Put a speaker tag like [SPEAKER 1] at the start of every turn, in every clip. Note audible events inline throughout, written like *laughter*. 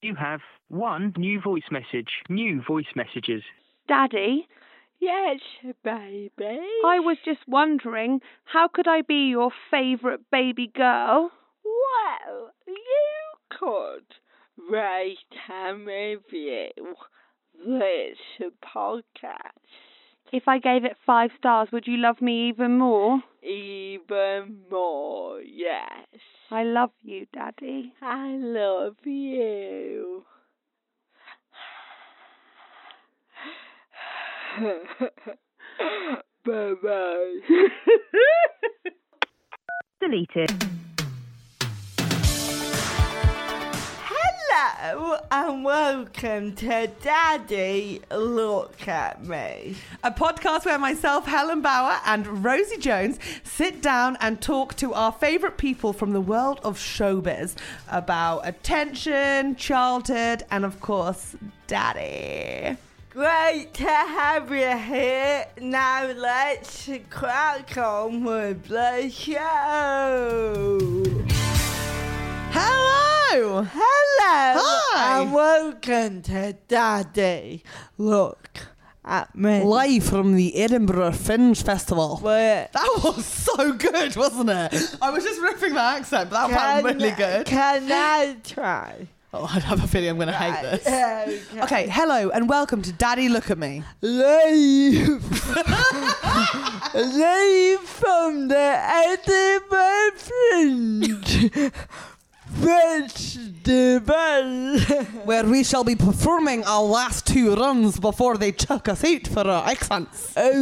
[SPEAKER 1] You have one new voice message. New voice messages.
[SPEAKER 2] Daddy,
[SPEAKER 3] Yes, baby.
[SPEAKER 2] I was just wondering, how could I be your favourite baby girl?
[SPEAKER 3] Well, you could rate and review this podcast
[SPEAKER 2] If I gave it five stars, would you love me even more?
[SPEAKER 3] even more, yes.
[SPEAKER 2] I love you, Daddy.
[SPEAKER 3] I love
[SPEAKER 4] *laughs*
[SPEAKER 3] you. bye *laughs* bye.
[SPEAKER 4] Hello and welcome to Daddy Look at Me.
[SPEAKER 5] a podcast where myself, Helen Bauer, and Rosie Jones sit down and talk to our favourite people from the world of showbiz about attention, childhood, and of course, daddy.
[SPEAKER 4] Great to have you here. Now let's crack on with the show.
[SPEAKER 5] Hello!
[SPEAKER 4] Hello
[SPEAKER 5] Hi.
[SPEAKER 4] and welcome to Daddy Look at Me.
[SPEAKER 5] Live from the Edinburgh Fringe Festival. *laughs*
[SPEAKER 4] We're-
[SPEAKER 5] That was so good, wasn't it? I was just riffing my accent, but that was really good.
[SPEAKER 4] Can I try?
[SPEAKER 5] Oh, I have a feeling I'm going to hate this.
[SPEAKER 4] Okay.
[SPEAKER 5] Okay, hello and welcome to Daddy Look at Me.
[SPEAKER 4] Live, live from the Edinburgh Fringe Festival.
[SPEAKER 5] where we shall be performing our last two runs before they chuck us out for our accents.
[SPEAKER 4] Out,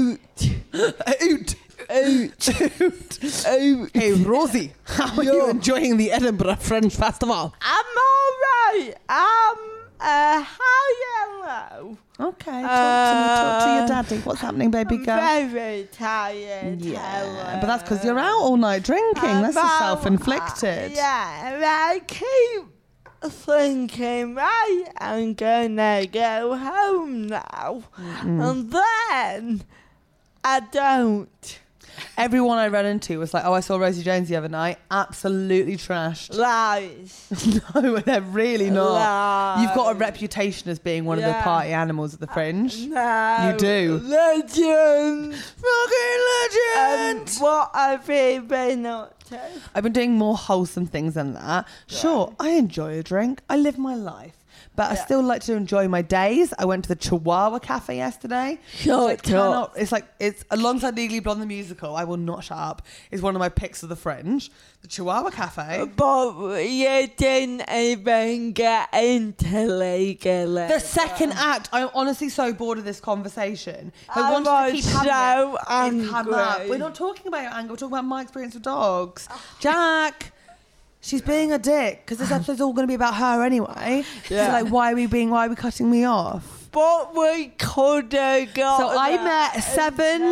[SPEAKER 5] Out.
[SPEAKER 4] out,
[SPEAKER 5] Out.
[SPEAKER 4] out.
[SPEAKER 5] Hey, Rosie, how are you
[SPEAKER 4] Yo.
[SPEAKER 5] enjoying the Edinburgh Fringe Festival?
[SPEAKER 4] I'm all right. I'm uh, how yellow.
[SPEAKER 5] Okay,
[SPEAKER 4] talk to me, talk to your Uh,
[SPEAKER 5] daddy. What's happening, baby
[SPEAKER 4] I'm very tired.
[SPEAKER 5] Yeah,
[SPEAKER 4] Helen.
[SPEAKER 5] but that's because you're out all night drinking. That's
[SPEAKER 4] I'm
[SPEAKER 5] just
[SPEAKER 4] all-
[SPEAKER 5] self-inflicted.
[SPEAKER 4] Yeah, but I keep thinking, right, I'm gonna go home now,
[SPEAKER 5] Mm-hmm.
[SPEAKER 4] and then I don't.
[SPEAKER 5] Everyone I ran into was like, "Oh, I saw Rosie Jones the other night. Absolutely trashed. *laughs*
[SPEAKER 4] Lies.
[SPEAKER 5] no, they're really not.
[SPEAKER 4] Lies.
[SPEAKER 5] You've got a reputation as being one of the
[SPEAKER 4] Yeah. Uh,
[SPEAKER 5] party animals at the Fringe.
[SPEAKER 4] No.
[SPEAKER 5] You do.
[SPEAKER 4] Legend.
[SPEAKER 5] Fucking
[SPEAKER 4] Um, what have you been up to?
[SPEAKER 5] I've been doing more wholesome things than that. Sure, I enjoy a drink. I live my life. But I still like to enjoy my days. I went to the Chihuahua Cafe yesterday. So I
[SPEAKER 4] Shut
[SPEAKER 5] cannot-
[SPEAKER 4] up.
[SPEAKER 5] It's like it's alongside Legally Blonde the musical. I will not shut up. Is one of my picks of the fringe. The Chihuahua Cafe.
[SPEAKER 4] But you didn't even get into legally.
[SPEAKER 5] The second act. I'm honestly so bored of this conversation. They
[SPEAKER 4] I
[SPEAKER 5] wanted to
[SPEAKER 4] was
[SPEAKER 5] keep
[SPEAKER 4] so
[SPEAKER 5] having it. It's come up.
[SPEAKER 4] angry.
[SPEAKER 5] We're not talking about your anger. We're talking about my experience with dogs. Jack. She's being a dick because this episode's all going to be about her anyway.
[SPEAKER 4] Yeah.
[SPEAKER 5] So like, why are we being? Why are we cutting me off?
[SPEAKER 4] But we could have got.
[SPEAKER 5] So I
[SPEAKER 4] that.
[SPEAKER 5] met seven.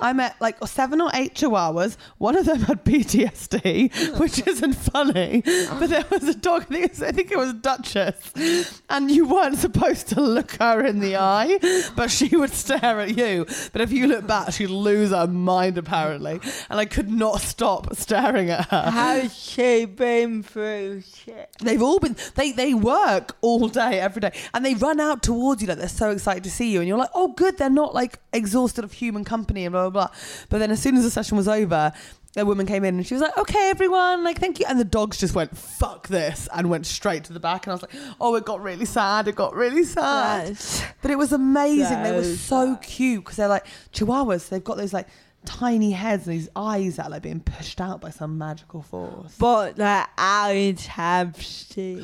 [SPEAKER 5] I met like seven or eight Chihuahuas. One of them had PTSD, *laughs* which isn't funny. But there was a dog. I think, it was, I think it was Duchess, and you weren't supposed to look her in the eye, but she would stare at you. But if you look back, she'd lose her mind apparently. And I could not stop staring at her.
[SPEAKER 4] Has she been through shit?
[SPEAKER 5] They've all been they they work all day every day and they run out towards you like they're so excited to see you and you're like oh good they're not like exhausted of human company and blah blah blah but then as soon as the session was over the woman came in and she was like okay everyone like thank you and the dogs just went fuck this and went straight to the back and I was like oh it got really sad it got really sad
[SPEAKER 4] Yes.
[SPEAKER 5] but it was amazing they were
[SPEAKER 4] So
[SPEAKER 5] so cute because they're like chihuahuas so they've got those like tiny heads and these eyes that are like being pushed out by some magical force
[SPEAKER 4] But the eyes have seen.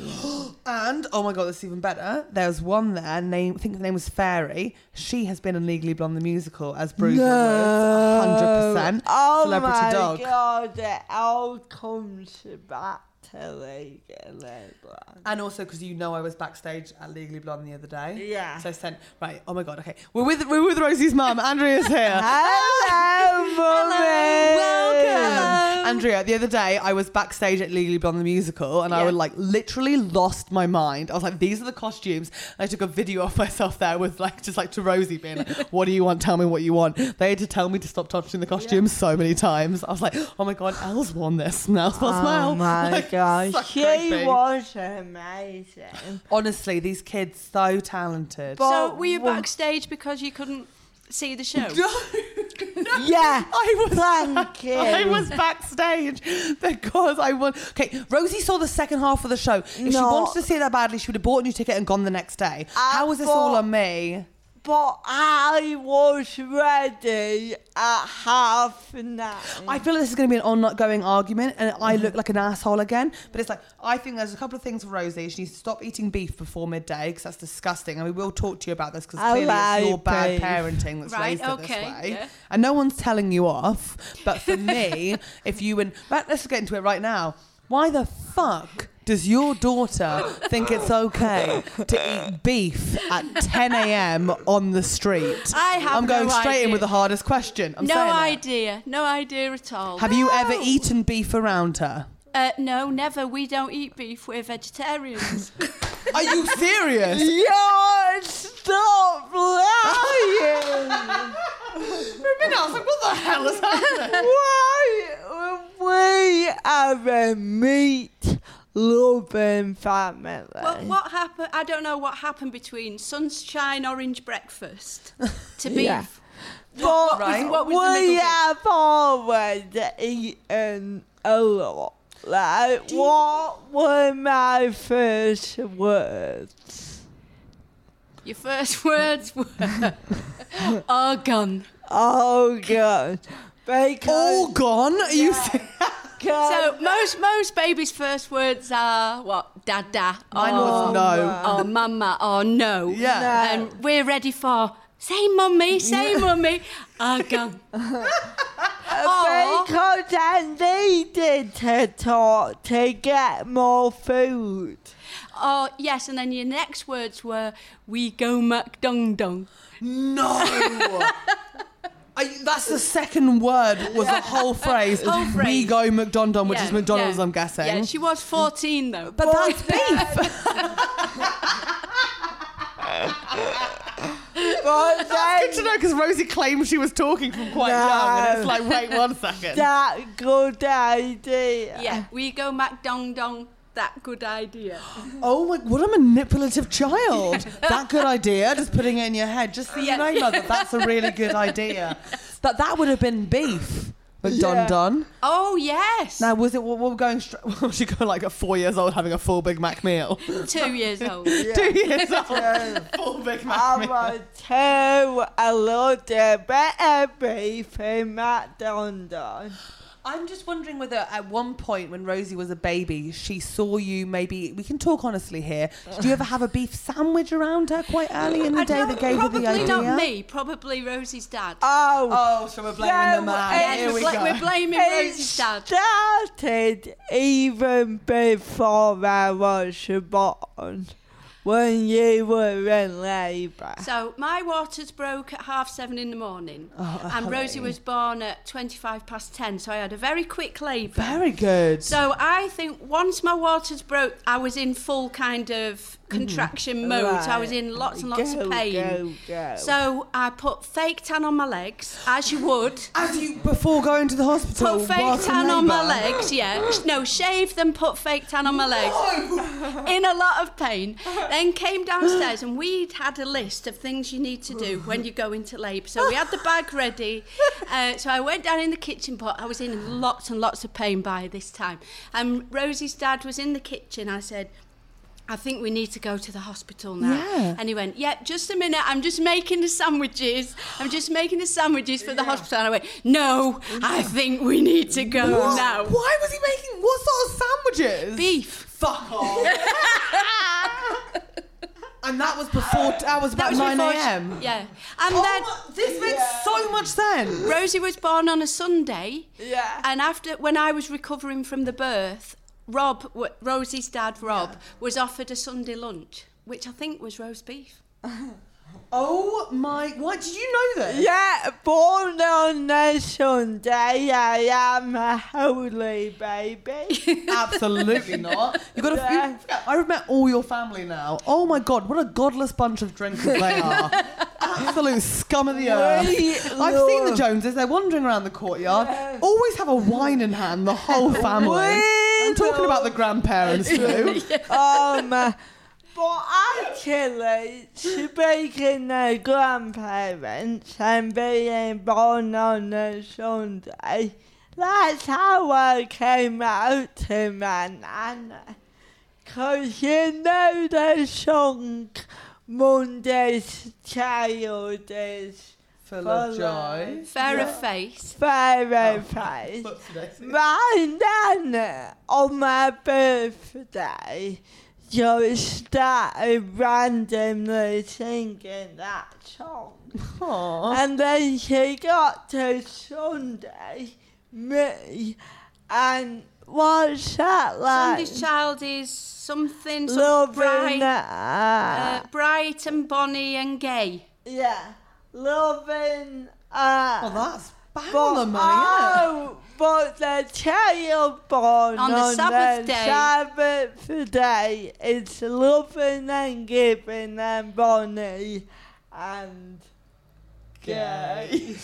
[SPEAKER 5] And oh my god, that's even better. There's one there. Name, I think the name was Fairy. She has been in Legally Blonde the musical as Bruce Willis, hundred percent
[SPEAKER 4] Oh
[SPEAKER 5] celebrity
[SPEAKER 4] my
[SPEAKER 5] dog.
[SPEAKER 4] god, it all comes back to totally get it, blah.
[SPEAKER 5] And also because you know I was backstage at Legally Blonde the other day.
[SPEAKER 4] Yeah.
[SPEAKER 5] So I sent right. Oh my god. Okay, we're with we're with Rosie's mum. Andrea's *laughs* here.
[SPEAKER 4] Hello, mummy.
[SPEAKER 5] Welcome. Andrea, the other day I was backstage at Legally Blonde the musical and I
[SPEAKER 4] Yeah.
[SPEAKER 5] was like literally lost my mind. I was like, these are the costumes. I took a video of myself there with like just like to Rosie being like, *laughs* what do you want? Tell me what you want. They had to tell me to stop touching the costumes so many times. I was like, oh my god, Elle's won this. Now Elle's won
[SPEAKER 4] Oh *laughs*
[SPEAKER 5] smile.
[SPEAKER 4] my
[SPEAKER 5] *laughs* Like, so
[SPEAKER 4] gosh, she
[SPEAKER 5] creepy.
[SPEAKER 4] was amazing.
[SPEAKER 5] Honestly, these kids so talented. *laughs*
[SPEAKER 6] So were you
[SPEAKER 4] Well-
[SPEAKER 6] backstage because you couldn't see the show?
[SPEAKER 4] *laughs* Yeah,
[SPEAKER 5] I was
[SPEAKER 4] *laughs* thank you.
[SPEAKER 5] I was backstage because I won. Okay, Rosie saw the second half of the show. If she
[SPEAKER 4] No.
[SPEAKER 5] wanted to see it that badly, she would have bought a new ticket and gone the next day.
[SPEAKER 4] I
[SPEAKER 5] How was this all
[SPEAKER 4] bought-
[SPEAKER 5] on me?
[SPEAKER 4] but I was ready at half nine.
[SPEAKER 5] I feel like this is going to be an ongoing argument, and I look like an asshole again. But it's like I think there's a couple of things for Rosie. She needs to stop eating beef before midday because that's disgusting, and we will talk to you about this because
[SPEAKER 4] I
[SPEAKER 5] clearly
[SPEAKER 4] like
[SPEAKER 5] it's your bad
[SPEAKER 4] beef.
[SPEAKER 5] parenting that's
[SPEAKER 6] Right,
[SPEAKER 5] raised it
[SPEAKER 6] okay,
[SPEAKER 5] this way.
[SPEAKER 6] yeah.
[SPEAKER 5] And no one's telling you off. But for
[SPEAKER 6] *laughs*
[SPEAKER 5] me, if you and but let's get into it right now. Why the fuck? Does your daughter think it's okay to eat beef at 10 a.m. on the street?
[SPEAKER 6] I have
[SPEAKER 5] I'm going
[SPEAKER 6] no
[SPEAKER 5] straight in
[SPEAKER 6] idea.
[SPEAKER 5] with the hardest question. I'm
[SPEAKER 6] no
[SPEAKER 5] saying it.
[SPEAKER 6] idea. No idea at all.
[SPEAKER 5] Have you ever eaten beef around her?
[SPEAKER 6] Uh, no, never. We don't eat beef.
[SPEAKER 5] *laughs*
[SPEAKER 6] We're vegetarians.
[SPEAKER 5] Are you
[SPEAKER 4] *laughs*
[SPEAKER 5] serious?
[SPEAKER 4] Yo, stop lying! er
[SPEAKER 5] what the
[SPEAKER 6] *laughs*
[SPEAKER 5] hell is happening?
[SPEAKER 4] Why? We are a meat loving family.
[SPEAKER 6] well, what happened? I don't know what happened between sunshine orange breakfast to beef.
[SPEAKER 4] Yeah.
[SPEAKER 6] What,
[SPEAKER 4] But
[SPEAKER 6] was, what was
[SPEAKER 4] we
[SPEAKER 6] the middle bit?
[SPEAKER 4] have always eaten a lot. Like, what were my first words?
[SPEAKER 6] Your first *laughs* words were *laughs* argon.
[SPEAKER 4] Oh, God.
[SPEAKER 5] All
[SPEAKER 4] Because,
[SPEAKER 5] gone? Are you serious? Oh.
[SPEAKER 6] So most most babies' first words are what? Dada.
[SPEAKER 5] Mine
[SPEAKER 6] or,
[SPEAKER 5] was no.
[SPEAKER 6] or mama. Or no.
[SPEAKER 5] Yeah.
[SPEAKER 6] uh, And Um, we're ready for say mummy,
[SPEAKER 5] *laughs*
[SPEAKER 6] say mummy, argon. Or-
[SPEAKER 4] because I needed to talk to get more food.
[SPEAKER 6] Oh yes, and then your next words were "We go McDong Dong."
[SPEAKER 5] No. Are you- that's the second word was the whole phrase.
[SPEAKER 6] Whole
[SPEAKER 5] We
[SPEAKER 6] phrase.
[SPEAKER 5] go McDondon, which
[SPEAKER 6] Yeah,
[SPEAKER 5] is McDonald's,
[SPEAKER 6] yeah.
[SPEAKER 5] I'm guessing.
[SPEAKER 6] Yeah, she was fourteen though.
[SPEAKER 5] but that's *laughs* beef.
[SPEAKER 4] But
[SPEAKER 5] Good to
[SPEAKER 4] then
[SPEAKER 5] know because Rosie claimed she was talking from quite young, and it's like, wait one second.
[SPEAKER 4] that good idea.
[SPEAKER 6] *laughs* yeah, we go McDong Dong. That good idea.
[SPEAKER 5] Oh my! What a manipulative child. that good idea. Just putting it in your head. Just so you
[SPEAKER 6] Yeah.
[SPEAKER 5] know, mother, that's a really good idea. But that would have been beef. But Don Don.
[SPEAKER 6] Oh yes,
[SPEAKER 5] Now was it? *laughs* What we're going? Stra- was she going like a four years old having a full Big Mac meal?
[SPEAKER 6] two
[SPEAKER 5] *laughs*
[SPEAKER 6] years old.
[SPEAKER 5] Two years old, full Big Mac
[SPEAKER 4] I
[SPEAKER 5] meal.
[SPEAKER 4] want to a little better beef in McDonald's.
[SPEAKER 5] I'm just wondering whether at one point when Rosie was a baby, she saw you maybe. We can talk honestly here. Did you ever have a beef sandwich around her quite early in the
[SPEAKER 6] I
[SPEAKER 5] day
[SPEAKER 6] don't-
[SPEAKER 5] that gave her
[SPEAKER 6] probably
[SPEAKER 5] the idea?
[SPEAKER 6] not me. Probably Rosie's dad.
[SPEAKER 4] Oh,
[SPEAKER 5] Oh, so we're blaming
[SPEAKER 4] Yeah,
[SPEAKER 5] the man.
[SPEAKER 4] well,
[SPEAKER 6] yes,
[SPEAKER 5] Here
[SPEAKER 6] we're,
[SPEAKER 5] we
[SPEAKER 6] bla-
[SPEAKER 5] go.
[SPEAKER 6] we're blaming
[SPEAKER 4] it
[SPEAKER 6] Rosie's dad.
[SPEAKER 4] started even before I was born, when you were in labour.
[SPEAKER 6] So my waters broke at half seven in the morning,
[SPEAKER 4] Oh,
[SPEAKER 6] and Rosie was born at twenty-five past ten. So I had a very quick labour.
[SPEAKER 5] Very good.
[SPEAKER 6] So I think once my waters broke, I was in full kind of contraction mode. So I was in lots and lots
[SPEAKER 4] Mm-hmm. Go,
[SPEAKER 6] of pain.
[SPEAKER 4] go, go.
[SPEAKER 6] So I put fake tan on my legs, as you would.
[SPEAKER 5] As you before going to the hospital,
[SPEAKER 6] Put fake
[SPEAKER 5] whilst in
[SPEAKER 6] tan on my
[SPEAKER 5] labour.
[SPEAKER 6] legs, yeah. Sh- No, shave them, put fake tan on my *laughs* legs. In a lot of pain. Then came downstairs and we'd had a list of things you need to do when you go into labour. So we had the bag *laughs* ready. Uh, so I went down in the kitchen pot. I was in lots and lots of pain by this time. And Rosie's dad was in the kitchen. I said, I think we need to go to the hospital now.
[SPEAKER 5] Yeah.
[SPEAKER 6] And he went, Yep, just a minute. I'm just making the sandwiches. I'm just making the sandwiches for the hospital. And I went, No, I think we need to go
[SPEAKER 5] What?
[SPEAKER 6] now.
[SPEAKER 5] Why was he making what sort of sandwiches?
[SPEAKER 6] Beef.
[SPEAKER 5] Fuck
[SPEAKER 6] *laughs*
[SPEAKER 5] off. and that was before. That was about
[SPEAKER 6] was
[SPEAKER 5] nine
[SPEAKER 6] before she-
[SPEAKER 5] a.m.
[SPEAKER 6] Yeah. And
[SPEAKER 5] Oh
[SPEAKER 6] then
[SPEAKER 5] my- this makes so much sense.
[SPEAKER 6] Rosie was born on a Sunday.
[SPEAKER 4] Yeah.
[SPEAKER 6] And after, when I was recovering from the birth, Rob, w- Rosie's dad, Rob, was offered a Sunday lunch, which I think was roast beef.
[SPEAKER 5] Oh my! What did you know this?
[SPEAKER 4] Yeah, born on a Sunday, I am a holy
[SPEAKER 6] *laughs*
[SPEAKER 4] baby.
[SPEAKER 5] *laughs* Absolutely not. You got to. you- I've met all your family now. Oh my god! What a godless bunch of drinkers they are. Absolute scum of the earth.
[SPEAKER 4] We
[SPEAKER 5] I've seen the
[SPEAKER 4] love-
[SPEAKER 5] Joneses. They're wandering around the courtyard. Always have a wine in hand. The *laughs* whole family.
[SPEAKER 4] We
[SPEAKER 5] I'm talking about the grandparents *laughs* too.
[SPEAKER 4] um, uh, but actually, speaking of grandparents and being born on a Sunday, that's how I came out to my nana. Cause you know the song Monday's Child is
[SPEAKER 5] Full
[SPEAKER 4] of
[SPEAKER 5] of
[SPEAKER 4] joy.
[SPEAKER 5] joy.
[SPEAKER 6] Fair of face.
[SPEAKER 4] very fast. My nana on my birthday just started randomly singing that song.
[SPEAKER 5] Oh,
[SPEAKER 4] And then she got to Sunday, me, and what's that
[SPEAKER 5] Uh,
[SPEAKER 4] like?
[SPEAKER 6] Sunday's child is something so
[SPEAKER 4] Loving
[SPEAKER 6] bright,
[SPEAKER 4] that.
[SPEAKER 6] uh, bright and bonny and gay.
[SPEAKER 4] yeah, loving uh,
[SPEAKER 5] Well, that's bang
[SPEAKER 4] But,
[SPEAKER 5] on the money, isn't it?
[SPEAKER 4] oh, but the child born
[SPEAKER 6] On the Sabbath day.
[SPEAKER 4] Sabbath day is loving and giving and bonny and gay.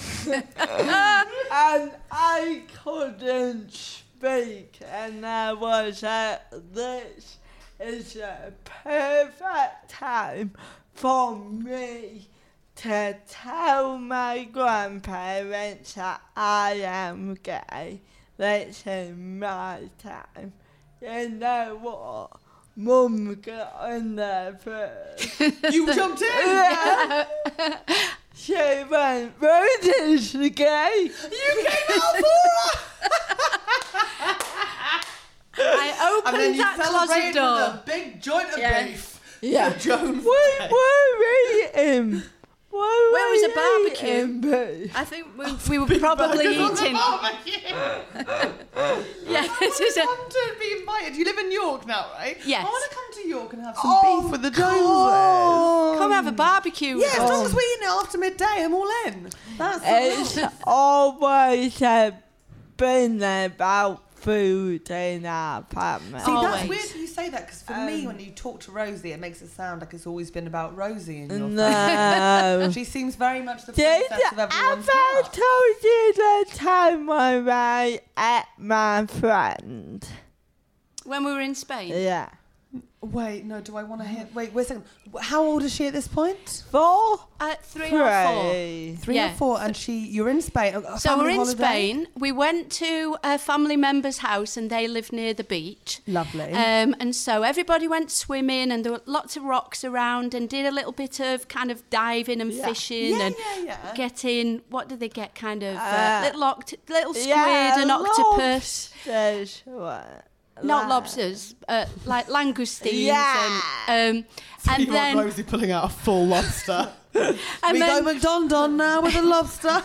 [SPEAKER 4] and I couldn't speak, and I was at this is a perfect time for me to tell my grandparents that I am gay. This is my time. You know what? Mum got in there first.
[SPEAKER 5] You jumped *laughs* in.
[SPEAKER 4] She went, Rose's gay. You came out
[SPEAKER 5] *laughs*
[SPEAKER 6] I
[SPEAKER 5] And then
[SPEAKER 6] opened
[SPEAKER 5] you
[SPEAKER 6] that
[SPEAKER 5] celebrated
[SPEAKER 6] closet
[SPEAKER 5] with a
[SPEAKER 6] door.
[SPEAKER 5] big joint of
[SPEAKER 6] Yeah.
[SPEAKER 5] beef.
[SPEAKER 4] Yeah.
[SPEAKER 5] For Jones.
[SPEAKER 4] We were eating. We
[SPEAKER 6] Where was
[SPEAKER 4] were
[SPEAKER 6] the barbecue?
[SPEAKER 4] eating beef.
[SPEAKER 6] I think we, we were probably eating.
[SPEAKER 5] *laughs*
[SPEAKER 6] Yeah, *laughs* this is a,
[SPEAKER 5] Come to be invited. You live in York now, right?
[SPEAKER 6] Yes.
[SPEAKER 5] I want to come to York and have some
[SPEAKER 4] Oh,
[SPEAKER 5] beef with the
[SPEAKER 4] come
[SPEAKER 5] Joneses.
[SPEAKER 6] come
[SPEAKER 5] Mm.
[SPEAKER 6] have a barbecue.
[SPEAKER 5] Yeah, as
[SPEAKER 6] with
[SPEAKER 5] long
[SPEAKER 6] us.
[SPEAKER 5] as we eat it after midday, I'm all in. That's
[SPEAKER 6] Uh,
[SPEAKER 4] It's *laughs* always uh, been about food in our family.
[SPEAKER 5] See, that's
[SPEAKER 6] Always.
[SPEAKER 5] weird that you say that because for me, when you talk to Rosie, it makes it sound like it's always been about Rosie and your
[SPEAKER 4] no.
[SPEAKER 6] *laughs*
[SPEAKER 5] family. She seems very much the
[SPEAKER 4] Oh, Did
[SPEAKER 5] princess of
[SPEAKER 4] I
[SPEAKER 5] everyone's
[SPEAKER 4] ever
[SPEAKER 5] heart.
[SPEAKER 4] told you the time when I at my friend?
[SPEAKER 6] When we were in Spain.
[SPEAKER 4] Yeah.
[SPEAKER 5] Wait, no, do I want to hear? Wait, wait a second. How old is she at this point?
[SPEAKER 4] Four?
[SPEAKER 5] Uh,
[SPEAKER 6] At three or four.
[SPEAKER 4] Three.
[SPEAKER 5] Three
[SPEAKER 6] Yeah.
[SPEAKER 5] or four, and she, you're in Spain. a- a
[SPEAKER 6] So
[SPEAKER 5] family
[SPEAKER 6] we're in
[SPEAKER 5] holiday?
[SPEAKER 6] Spain. We went to a family member's house and they live near the beach.
[SPEAKER 5] Lovely.
[SPEAKER 6] Um, and so everybody went swimming and there were lots of rocks around and did a little bit of kind of diving and fishing
[SPEAKER 5] Yeah,
[SPEAKER 6] and
[SPEAKER 5] yeah, yeah.
[SPEAKER 6] getting, what did they get? Kind of uh,
[SPEAKER 4] Uh,
[SPEAKER 6] little, oct- little squid
[SPEAKER 4] Yeah,
[SPEAKER 6] and octopus.
[SPEAKER 4] lobsters were-
[SPEAKER 6] Not lobsters, uh, like langoustines.
[SPEAKER 4] Yeah.
[SPEAKER 5] *laughs*
[SPEAKER 6] And, um, and then.
[SPEAKER 5] Rosie pulling out a full lobster.
[SPEAKER 6] and
[SPEAKER 5] we
[SPEAKER 6] then
[SPEAKER 5] go McDonald's now with a *laughs* lobster.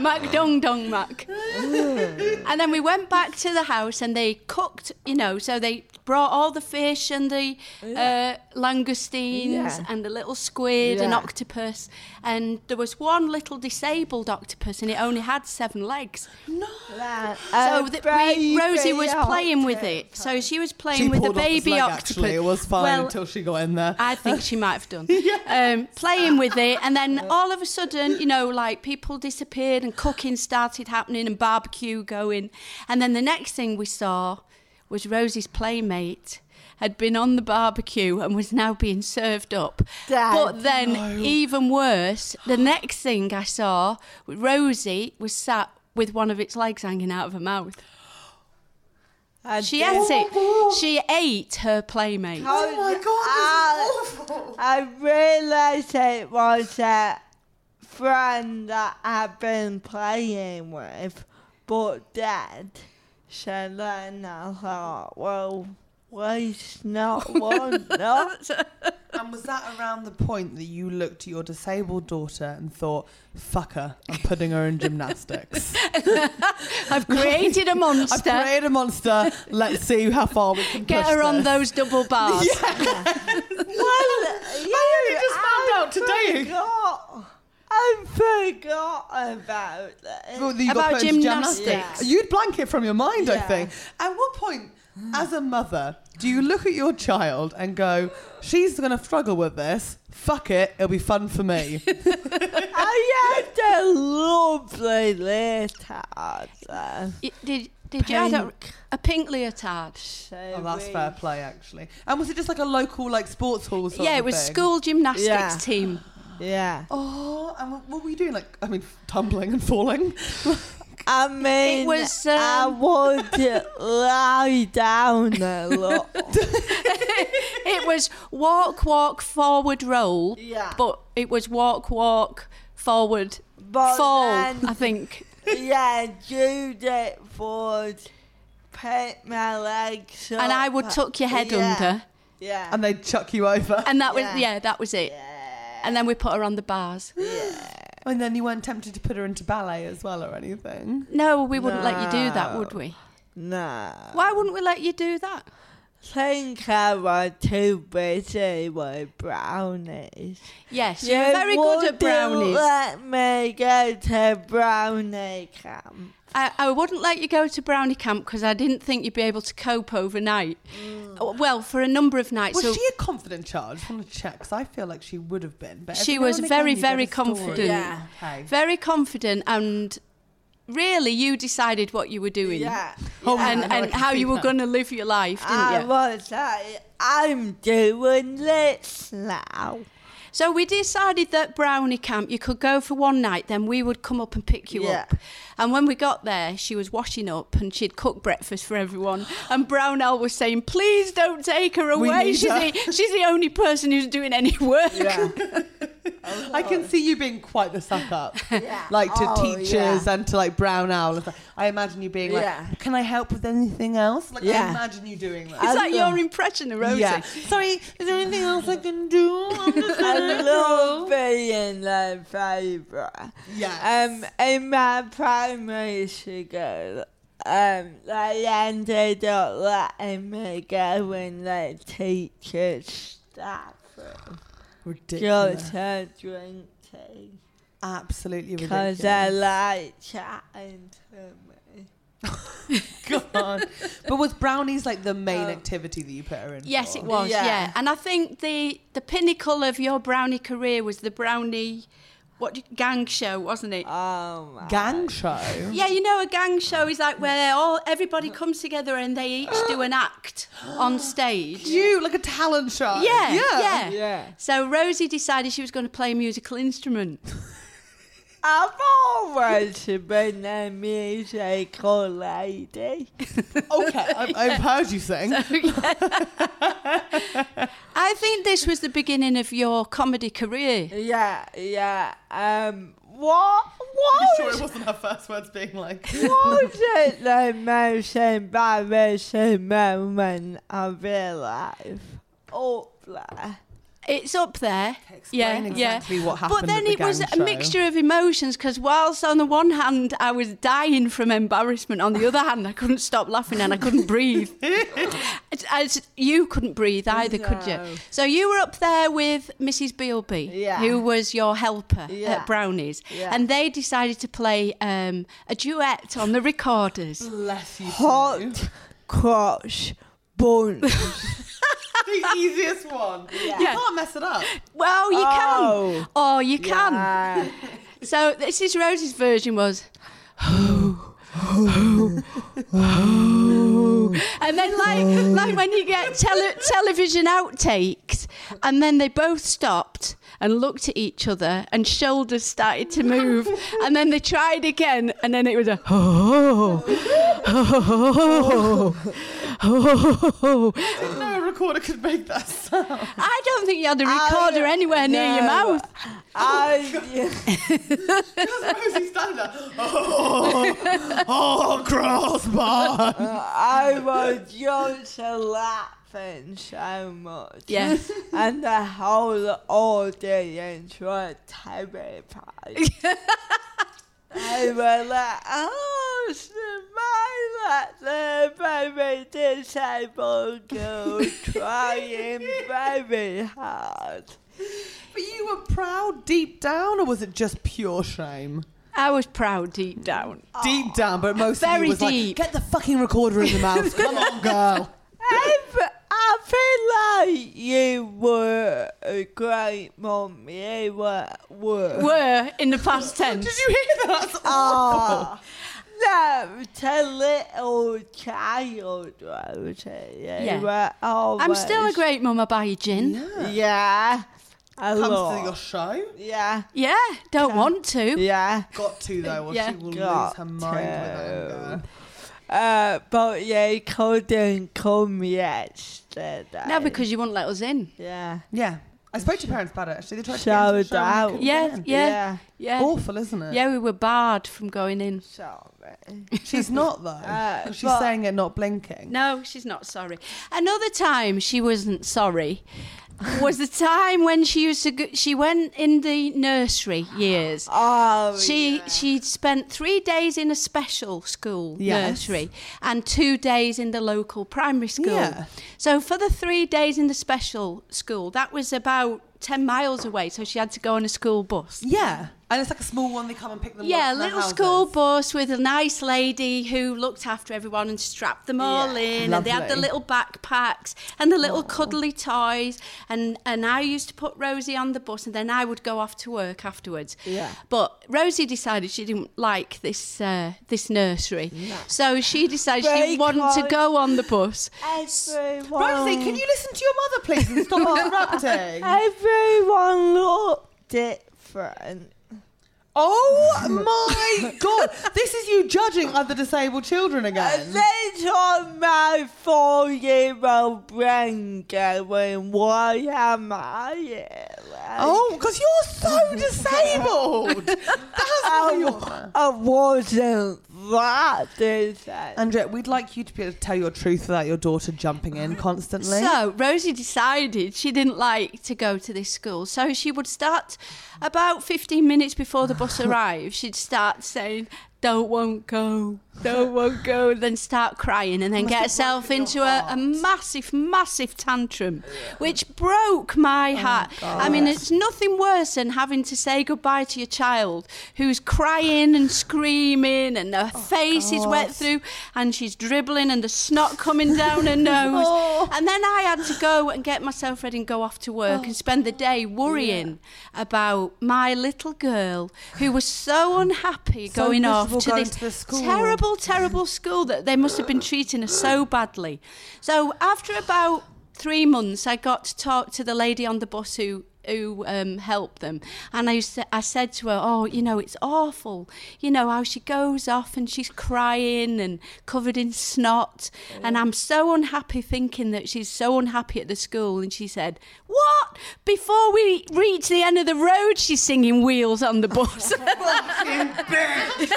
[SPEAKER 6] Mac Dong Dong Mac.
[SPEAKER 4] Mm.
[SPEAKER 6] and then we went back to the house and they cooked, you know, so they brought all the fish and the uh, langoustines
[SPEAKER 4] Yeah.
[SPEAKER 6] and the little squid and
[SPEAKER 4] Yeah.
[SPEAKER 6] octopus. And there was one little disabled octopus and it only had seven legs.
[SPEAKER 4] Like
[SPEAKER 6] So
[SPEAKER 4] a
[SPEAKER 6] that we, Rosie was
[SPEAKER 4] baby
[SPEAKER 6] playing with it. So she was playing with the
[SPEAKER 5] pulled off his
[SPEAKER 6] baby
[SPEAKER 5] leg,
[SPEAKER 6] octopus.
[SPEAKER 5] Actually, it was fine
[SPEAKER 6] Well,
[SPEAKER 5] until she got in there.
[SPEAKER 6] I think she might
[SPEAKER 4] *laughs*
[SPEAKER 6] have done. um, playing with it, and then all of a sudden, you know, like people disappeared and cooking started happening and barbecue going. And then the next thing we saw was Rosie's playmate had been on the barbecue and was now being served up.
[SPEAKER 4] Dad,
[SPEAKER 6] but then, even worse, the next thing I saw, Rosie was sat with one of its legs hanging out of her mouth.
[SPEAKER 4] *gasps* I
[SPEAKER 6] She
[SPEAKER 4] did-
[SPEAKER 6] ate it. She ate her playmate.
[SPEAKER 5] oh my god, that's awful.
[SPEAKER 4] I realised it was a friend that I've been playing with, but Dad. So
[SPEAKER 5] *laughs*
[SPEAKER 4] then I thought, well, why not one? No.
[SPEAKER 5] And was that around the point that you looked at your disabled daughter and thought, fuck her, I'm putting her in *laughs* gymnastics?
[SPEAKER 6] I've created a
[SPEAKER 5] I've
[SPEAKER 6] monster.
[SPEAKER 5] created a monster. Let's see how far we can
[SPEAKER 6] Get
[SPEAKER 5] push
[SPEAKER 6] her on
[SPEAKER 5] this.
[SPEAKER 6] those double bars.
[SPEAKER 4] Well, you,
[SPEAKER 5] *laughs* I only just found out today.
[SPEAKER 4] Forgot. I forgot about it.
[SPEAKER 5] Well, that you
[SPEAKER 6] About
[SPEAKER 5] got put into
[SPEAKER 6] gymnastics.
[SPEAKER 5] You'd blank it from your mind, I
[SPEAKER 4] Yeah.
[SPEAKER 5] think. At what point, as a mother, do you look at your child and go, she's going to struggle with this? Fuck it, it'll be fun for
[SPEAKER 6] *laughs*
[SPEAKER 5] me.
[SPEAKER 4] I had a lovely leotard. though.
[SPEAKER 6] Y- Did, did you add a, a pink leotard?
[SPEAKER 4] So
[SPEAKER 5] oh, that's
[SPEAKER 4] we-
[SPEAKER 5] fair play, actually. And was it just like a local, like sports hall? Sort
[SPEAKER 6] yeah,
[SPEAKER 5] of
[SPEAKER 6] it was
[SPEAKER 5] thing?
[SPEAKER 6] school gymnastics
[SPEAKER 4] Yeah.
[SPEAKER 6] team.
[SPEAKER 4] Yeah.
[SPEAKER 5] Oh, and what, what were you doing? Like, I mean, tumbling and falling. *laughs*
[SPEAKER 4] I mean,
[SPEAKER 6] was,
[SPEAKER 4] I
[SPEAKER 6] um,
[SPEAKER 4] would lie down a lot.
[SPEAKER 6] *laughs* It was walk, walk, forward, roll.
[SPEAKER 4] Yeah.
[SPEAKER 6] But it was walk, walk, forward,
[SPEAKER 4] But
[SPEAKER 6] fall,
[SPEAKER 4] then- *laughs*
[SPEAKER 6] I think.
[SPEAKER 4] yeah, Judith would pick my legs
[SPEAKER 6] And
[SPEAKER 4] up.
[SPEAKER 6] I would tuck your head
[SPEAKER 4] Oh, Yeah,
[SPEAKER 6] under.
[SPEAKER 4] Yeah.
[SPEAKER 5] and they'd chuck you over.
[SPEAKER 6] And that
[SPEAKER 4] Yeah.
[SPEAKER 6] was, yeah, that was it. And then we put her on the bars.
[SPEAKER 5] And then you weren't tempted to put her into ballet as well or anything.
[SPEAKER 6] No, we wouldn't let you do that, would we?
[SPEAKER 4] no.
[SPEAKER 6] Why wouldn't we let you do that?
[SPEAKER 4] think I was too busy with brownies.
[SPEAKER 6] Yes, you're very good at
[SPEAKER 4] wouldn't
[SPEAKER 6] brownies.
[SPEAKER 4] Let me go to brownie camp.
[SPEAKER 6] I, I wouldn't let you go to brownie camp because I didn't think you'd be able to cope overnight. Oh,
[SPEAKER 4] Mm.
[SPEAKER 6] Well, for a number of nights.
[SPEAKER 5] Was
[SPEAKER 6] so
[SPEAKER 5] she a confident child? I just want to check because I feel like she would have been. But
[SPEAKER 6] She
[SPEAKER 5] every now
[SPEAKER 6] was
[SPEAKER 5] and again
[SPEAKER 6] very,
[SPEAKER 5] you get a
[SPEAKER 6] very
[SPEAKER 5] story.
[SPEAKER 6] confident. Yeah.
[SPEAKER 5] Okay.
[SPEAKER 6] very confident and really you decided what you were doing
[SPEAKER 4] Yeah. Ah,
[SPEAKER 6] and,
[SPEAKER 5] yeah, Oh, I
[SPEAKER 6] and
[SPEAKER 5] can
[SPEAKER 6] how
[SPEAKER 5] see
[SPEAKER 6] you were
[SPEAKER 5] that.
[SPEAKER 6] going to live your life, didn't
[SPEAKER 4] I
[SPEAKER 6] you?
[SPEAKER 4] was like, I'm doing this now.
[SPEAKER 6] So we decided that brownie camp, you could go for one night, then we would come up and pick you
[SPEAKER 4] Yeah.
[SPEAKER 6] up. And when we got there, she was washing up and she'd cooked breakfast for everyone. And Brownell was saying, please don't take her
[SPEAKER 5] We
[SPEAKER 6] away.
[SPEAKER 5] need
[SPEAKER 6] She's,
[SPEAKER 5] her."
[SPEAKER 6] The, she's the only person who's doing any work.
[SPEAKER 5] *laughs* I can see you being quite the suck up,
[SPEAKER 4] *laughs*
[SPEAKER 5] like to
[SPEAKER 4] Oh,
[SPEAKER 5] teachers
[SPEAKER 4] yeah.
[SPEAKER 5] and to like Brown Owl. and stuff. I imagine you being like,
[SPEAKER 4] Yeah.
[SPEAKER 5] "Can I help with anything else?" Like, I
[SPEAKER 4] Yeah.
[SPEAKER 5] imagine you doing that.
[SPEAKER 6] It's like your impression of Rosie.
[SPEAKER 5] yeah. Sorry, is there anything else I can do? I'm just *laughs*
[SPEAKER 4] I
[SPEAKER 5] gonna
[SPEAKER 4] love being their favourite.
[SPEAKER 5] Yes.
[SPEAKER 4] *laughs* Um, in my primary school, um, they ended up letting me go in the teacher's staff room
[SPEAKER 5] ridiculous.
[SPEAKER 4] just to drink tea.
[SPEAKER 5] Absolutely ridiculous.
[SPEAKER 4] Because I like chatting to me.
[SPEAKER 5] *laughs* God. But was brownies like the main activity that you put her in?
[SPEAKER 6] Yes,
[SPEAKER 5] for?
[SPEAKER 6] it was. Yeah.
[SPEAKER 4] Oh. Yeah.
[SPEAKER 6] and I think the the pinnacle of your brownie career was the brownie, what do you- gang show, wasn't it?
[SPEAKER 4] Oh my.
[SPEAKER 5] Gang show.
[SPEAKER 6] yeah, you know, a gang show is like where all everybody comes together and they each do an act *gasps* on stage.
[SPEAKER 5] You like a talent show.
[SPEAKER 6] Yeah, yeah,
[SPEAKER 4] Yeah.
[SPEAKER 6] So Rosie decided she was going to play a musical instrument.
[SPEAKER 4] I've always been a musical lady.
[SPEAKER 5] Okay, I've, I've heard
[SPEAKER 4] *laughs*
[SPEAKER 5] you sing. Oh,
[SPEAKER 6] I think this was the beginning of your comedy career.
[SPEAKER 4] Yeah, yeah. Um, what? What?
[SPEAKER 5] I'm sure it wasn't her first words being like.
[SPEAKER 4] *laughs* What was it the most embarrassing moment of your life? Up there.
[SPEAKER 6] It's up there. yeah,
[SPEAKER 5] exactly
[SPEAKER 6] yeah.
[SPEAKER 5] what
[SPEAKER 6] But
[SPEAKER 5] happened at
[SPEAKER 6] then
[SPEAKER 5] the
[SPEAKER 6] it was
[SPEAKER 5] gang
[SPEAKER 6] a
[SPEAKER 5] show.
[SPEAKER 6] mixture of emotions because whilst on the one hand I was dying from embarrassment, on the other hand I couldn't stop laughing and I
[SPEAKER 5] *laughs*
[SPEAKER 6] couldn't breathe. As- As you couldn't breathe either, could you? So you were up there with Mrs. Bealby,
[SPEAKER 4] Yeah.
[SPEAKER 6] who was your helper
[SPEAKER 4] Yeah.
[SPEAKER 6] at Brownies,
[SPEAKER 4] Yeah.
[SPEAKER 6] and they decided to play um, a duet on the recorders.
[SPEAKER 5] Bless you. two.
[SPEAKER 4] Hot crush bunch.
[SPEAKER 5] the easiest one. You can't mess it up.
[SPEAKER 6] Well, you
[SPEAKER 4] Oh.
[SPEAKER 6] can. Oh, you can.
[SPEAKER 4] Yeah.
[SPEAKER 6] So this is Rose's version was. and then like like when you get tele- television outtakes and then they both stopped and looked at each other and shoulders started to move and then they tried again and then it was a oh, oh, oh, oh, oh.
[SPEAKER 5] No, recorder could make that sound.
[SPEAKER 4] *laughs*
[SPEAKER 6] I don't think you had a recorder anywhere near your
[SPEAKER 4] no.
[SPEAKER 6] mouth.
[SPEAKER 4] I,
[SPEAKER 5] Rosie standing there. Oh, oh, crossbar.
[SPEAKER 4] I was used to laughing so much.
[SPEAKER 6] Yes.
[SPEAKER 4] *laughs* And the whole audience were terrified. they were like, oh, smile at the very disabled girl trying very hard.
[SPEAKER 5] But you were proud deep down, or was it just pure shame?
[SPEAKER 6] I was proud deep down.
[SPEAKER 4] Oh,
[SPEAKER 5] Deep down, but most of
[SPEAKER 6] Very
[SPEAKER 5] you was
[SPEAKER 6] deep.
[SPEAKER 5] like, get the fucking recorder in the
[SPEAKER 4] *laughs*
[SPEAKER 5] mouth. Come on, girl.
[SPEAKER 4] I, f- I feel like you were a great mum. You were. were.
[SPEAKER 6] Were in the past *laughs* tense.
[SPEAKER 5] Did you hear that? That's
[SPEAKER 4] *laughs* Oh. No, to little child, I would say. Yeah,
[SPEAKER 6] Yeah.
[SPEAKER 4] you were
[SPEAKER 6] I'm still a
[SPEAKER 4] always-
[SPEAKER 6] great mum. I buy you gin. Yeah, *laughs*
[SPEAKER 4] Yeah. A
[SPEAKER 5] Comes
[SPEAKER 4] lot.
[SPEAKER 5] to your show.
[SPEAKER 4] Yeah.
[SPEAKER 6] don't want to.
[SPEAKER 4] Yeah.
[SPEAKER 5] Got to though, or
[SPEAKER 6] Yeah.
[SPEAKER 5] she will lose
[SPEAKER 4] Got
[SPEAKER 5] her mind with
[SPEAKER 4] to.
[SPEAKER 5] anger.
[SPEAKER 4] Uh, but you couldn't come yesterday.
[SPEAKER 6] No, because you wouldn't let us in.
[SPEAKER 4] Yeah.
[SPEAKER 5] Yeah, I spoke to your parents about it. Actually, they tried
[SPEAKER 4] Shout
[SPEAKER 5] to get into the show and
[SPEAKER 4] out.
[SPEAKER 5] they couldn't
[SPEAKER 6] Yeah,
[SPEAKER 5] get in.
[SPEAKER 6] yeah, yeah.
[SPEAKER 5] Awful, isn't it?
[SPEAKER 6] Yeah, we were barred from going in.
[SPEAKER 4] Sorry.
[SPEAKER 5] She's not though.
[SPEAKER 4] Uh,
[SPEAKER 5] 'cause she's
[SPEAKER 4] but-
[SPEAKER 5] saying it, not blinking.
[SPEAKER 6] No, she's not sorry. Another time she wasn't sorry was the time when she used to go, she went in the nursery years.
[SPEAKER 4] Oh,
[SPEAKER 6] She she spent three days in a special school
[SPEAKER 5] Yes.
[SPEAKER 6] nursery and two days in the local primary school.
[SPEAKER 5] Yeah.
[SPEAKER 6] So for the three days in the special school, that was about ten miles away. So she had to go on a school bus.
[SPEAKER 5] Yeah, and it's like a small one. They come and pick them.
[SPEAKER 6] Yeah,
[SPEAKER 5] up
[SPEAKER 6] a
[SPEAKER 5] from their
[SPEAKER 6] little
[SPEAKER 5] houses.
[SPEAKER 6] school bus with a nice lady who looked after everyone and strapped them all in. And they had the
[SPEAKER 5] lovely.
[SPEAKER 6] little backpacks and the little cuddly toys. And, and I used to put Rosie on the bus and then I would go off to work afterwards.
[SPEAKER 4] Yeah.
[SPEAKER 6] But Rosie decided she didn't like this uh, this nursery. So she decided she
[SPEAKER 4] Very
[SPEAKER 6] wanted to
[SPEAKER 4] kind.
[SPEAKER 6] go on the bus.
[SPEAKER 4] Everyone.
[SPEAKER 5] Rosie, can you listen to your mother, please, and
[SPEAKER 6] *laughs*
[SPEAKER 5] stop interrupting?
[SPEAKER 4] Everyone looked different.
[SPEAKER 5] oh my god, this is you judging other disabled children again.
[SPEAKER 6] Uh,
[SPEAKER 4] And they told my four year old brain going, Why am I here? Like,
[SPEAKER 5] Oh, because you're so disabled. That's why
[SPEAKER 4] I,
[SPEAKER 5] you're.
[SPEAKER 4] w- I wasn't that disabled.
[SPEAKER 5] Andrea, we'd like you to be able to tell your truth without your daughter jumping in constantly.
[SPEAKER 6] So Rosie decided she didn't like to go to this school, so she would start about 15 minutes before the bus arrived. She'd start saying, "Don't won't go, don't won't go," then start crying, and then get herself into a, a massive, massive tantrum, which broke my heart. I mean, it's nothing worse than having to say goodbye to your child who's crying and screaming, and her
[SPEAKER 5] Oh,
[SPEAKER 6] face is wet through, and she's dribbling, and the snot coming
[SPEAKER 5] *laughs*
[SPEAKER 6] down her nose.
[SPEAKER 5] Oh.
[SPEAKER 6] And then I had to go and get myself ready and go off to work
[SPEAKER 5] Oh.
[SPEAKER 6] and spend the day worrying about my little girl who was so unhappy
[SPEAKER 5] So
[SPEAKER 6] going off
[SPEAKER 5] miserable
[SPEAKER 6] to
[SPEAKER 5] going
[SPEAKER 6] this
[SPEAKER 5] to the school.
[SPEAKER 6] terrible, terrible school that they must have been treating her so badly. So after about three months, I got to talk to the lady on the bus who who um, helped them, and I used to- I said to her, "Oh, you know, it's awful. You know how she goes off and she's crying and covered in snot, and I'm so unhappy thinking that she's so unhappy at the school." And she said, "What? Before we reach the end of the road, she's singing Wheels on the Bus." *laughs*
[SPEAKER 5] fucking bitch.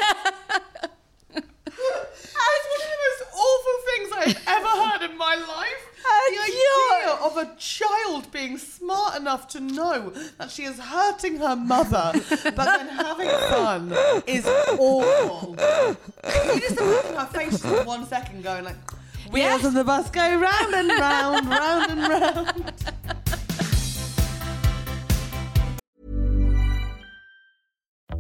[SPEAKER 5] That's one of the most awful things I've ever heard in my *laughs* life. The idea of a child being smart enough to know that she is hurting her mother, but then having fun is awful. Can you just imagine her face just for one second going like, wheels
[SPEAKER 6] Yeah.
[SPEAKER 5] of the bus go round and round, round and round.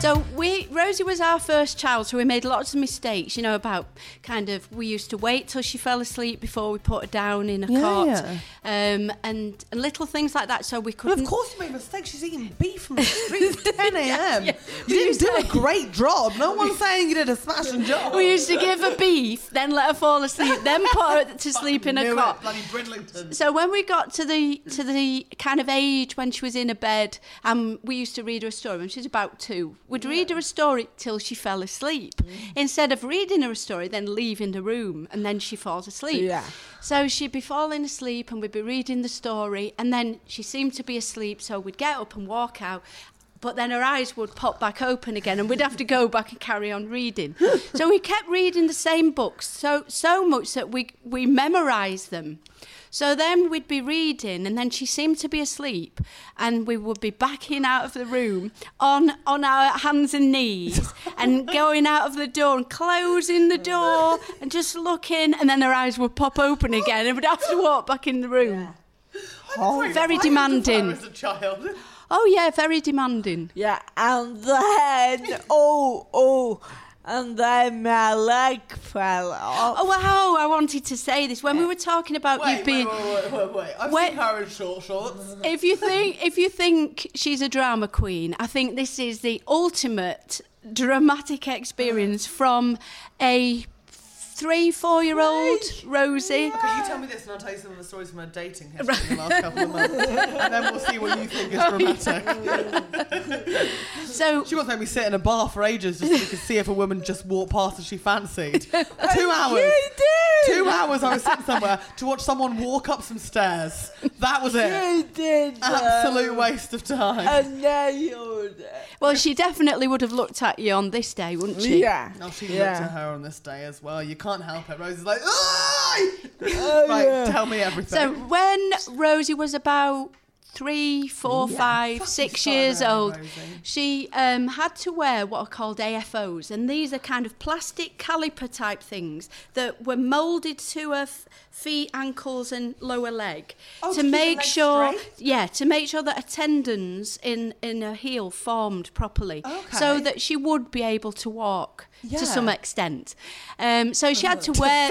[SPEAKER 6] So we Rosie was our first child, so we made lots of mistakes, you know, about kind of we used to wait till she fell asleep before we put her down in a
[SPEAKER 5] Yeah,
[SPEAKER 6] cot.
[SPEAKER 5] yeah.
[SPEAKER 6] Um and, and little things like that so we
[SPEAKER 5] Well,
[SPEAKER 6] couldn't
[SPEAKER 5] of course you made mistakes. She's eating beef *laughs* from the street at 10 a.m.
[SPEAKER 6] yeah.
[SPEAKER 5] You didn't do a great job. No one's saying you did a smashing job.
[SPEAKER 6] We used to give her beef, then let her fall asleep, then put her to sleep in a
[SPEAKER 5] Knew it,
[SPEAKER 6] cot.
[SPEAKER 5] Bloody Bridlington.
[SPEAKER 6] So when we got to the to the kind of age when she was in a bed, and we used to read her a story when she was about two, we'd read her a story till she fell asleep, instead of reading her a story, then leaving the room, and then she falls asleep.
[SPEAKER 4] Yeah.
[SPEAKER 6] So she'd be falling asleep, and we'd be reading the story, and then she seemed to be asleep, so we'd get up and walk out. But then her eyes would pop back open again, and we'd have to go *laughs* back and carry on reading. So we kept reading the same books so so much that we we memorised them. So then we'd be reading, and then she seemed to be asleep, and we would be backing out of the room on on our hands and *laughs* knees, and going out of the door and closing the door and just looking, and then her eyes would pop open again, and we'd have to walk back in the room.
[SPEAKER 4] Oh,
[SPEAKER 6] very demanding.
[SPEAKER 5] As a child.
[SPEAKER 6] Oh yeah, very demanding.
[SPEAKER 4] Yeah, and then oh oh, and then my leg fell off.
[SPEAKER 6] Oh wow! I wanted to say this when we were talking about you
[SPEAKER 5] *laughs* Wait,
[SPEAKER 6] being.
[SPEAKER 5] wait, wait, wait, wait, wait. I've
[SPEAKER 6] Wait.
[SPEAKER 5] seen her in short
[SPEAKER 4] *laughs*
[SPEAKER 5] shorts.
[SPEAKER 6] if you think if you think she's a drama queen, I think this is the ultimate dramatic experience from a three, four year old Rosie.
[SPEAKER 5] Okay, you tell me this and I'll tell you some of the stories from her dating history in the last couple of months.
[SPEAKER 4] *laughs*
[SPEAKER 5] and then we'll see what you think is dramatic.
[SPEAKER 6] So
[SPEAKER 5] She once made me sit in a bar for ages just so we could see if a woman just walked past that
[SPEAKER 4] *laughs*
[SPEAKER 5] she fancied. Two hours.
[SPEAKER 4] You did.
[SPEAKER 5] Two hours I was sitting somewhere to watch someone walk up some stairs. That was it.
[SPEAKER 4] You did.
[SPEAKER 5] Absolute
[SPEAKER 4] um,
[SPEAKER 5] waste of time.
[SPEAKER 4] And then you.
[SPEAKER 6] well she definitely would have looked at you on this day, wouldn't she?
[SPEAKER 4] Yeah.
[SPEAKER 5] Oh, she looked at
[SPEAKER 4] yeah.
[SPEAKER 5] her on this day as well. You can't help it. Rose is like, "Aye!" *laughs*
[SPEAKER 4] Oh,
[SPEAKER 5] right,
[SPEAKER 4] yeah.
[SPEAKER 5] tell me everything.
[SPEAKER 6] So when Rosie was about three, four, five, six
[SPEAKER 5] Fucking
[SPEAKER 6] years
[SPEAKER 5] sorry,
[SPEAKER 6] old,
[SPEAKER 5] Rosie.
[SPEAKER 6] she um, had to wear what are called AFOs, and these are kind of plastic caliper type things that were moulded to her f- feet, ankles, and lower leg
[SPEAKER 4] Oh,
[SPEAKER 6] to
[SPEAKER 4] to keep the
[SPEAKER 6] make
[SPEAKER 4] legs
[SPEAKER 6] sure,
[SPEAKER 4] straight?
[SPEAKER 6] yeah, to make sure that her tendons in in her heel formed properly, so
[SPEAKER 5] Okay.
[SPEAKER 6] that she would be able to walk to some
[SPEAKER 5] Yeah.
[SPEAKER 6] extent. Um, so she had to wear.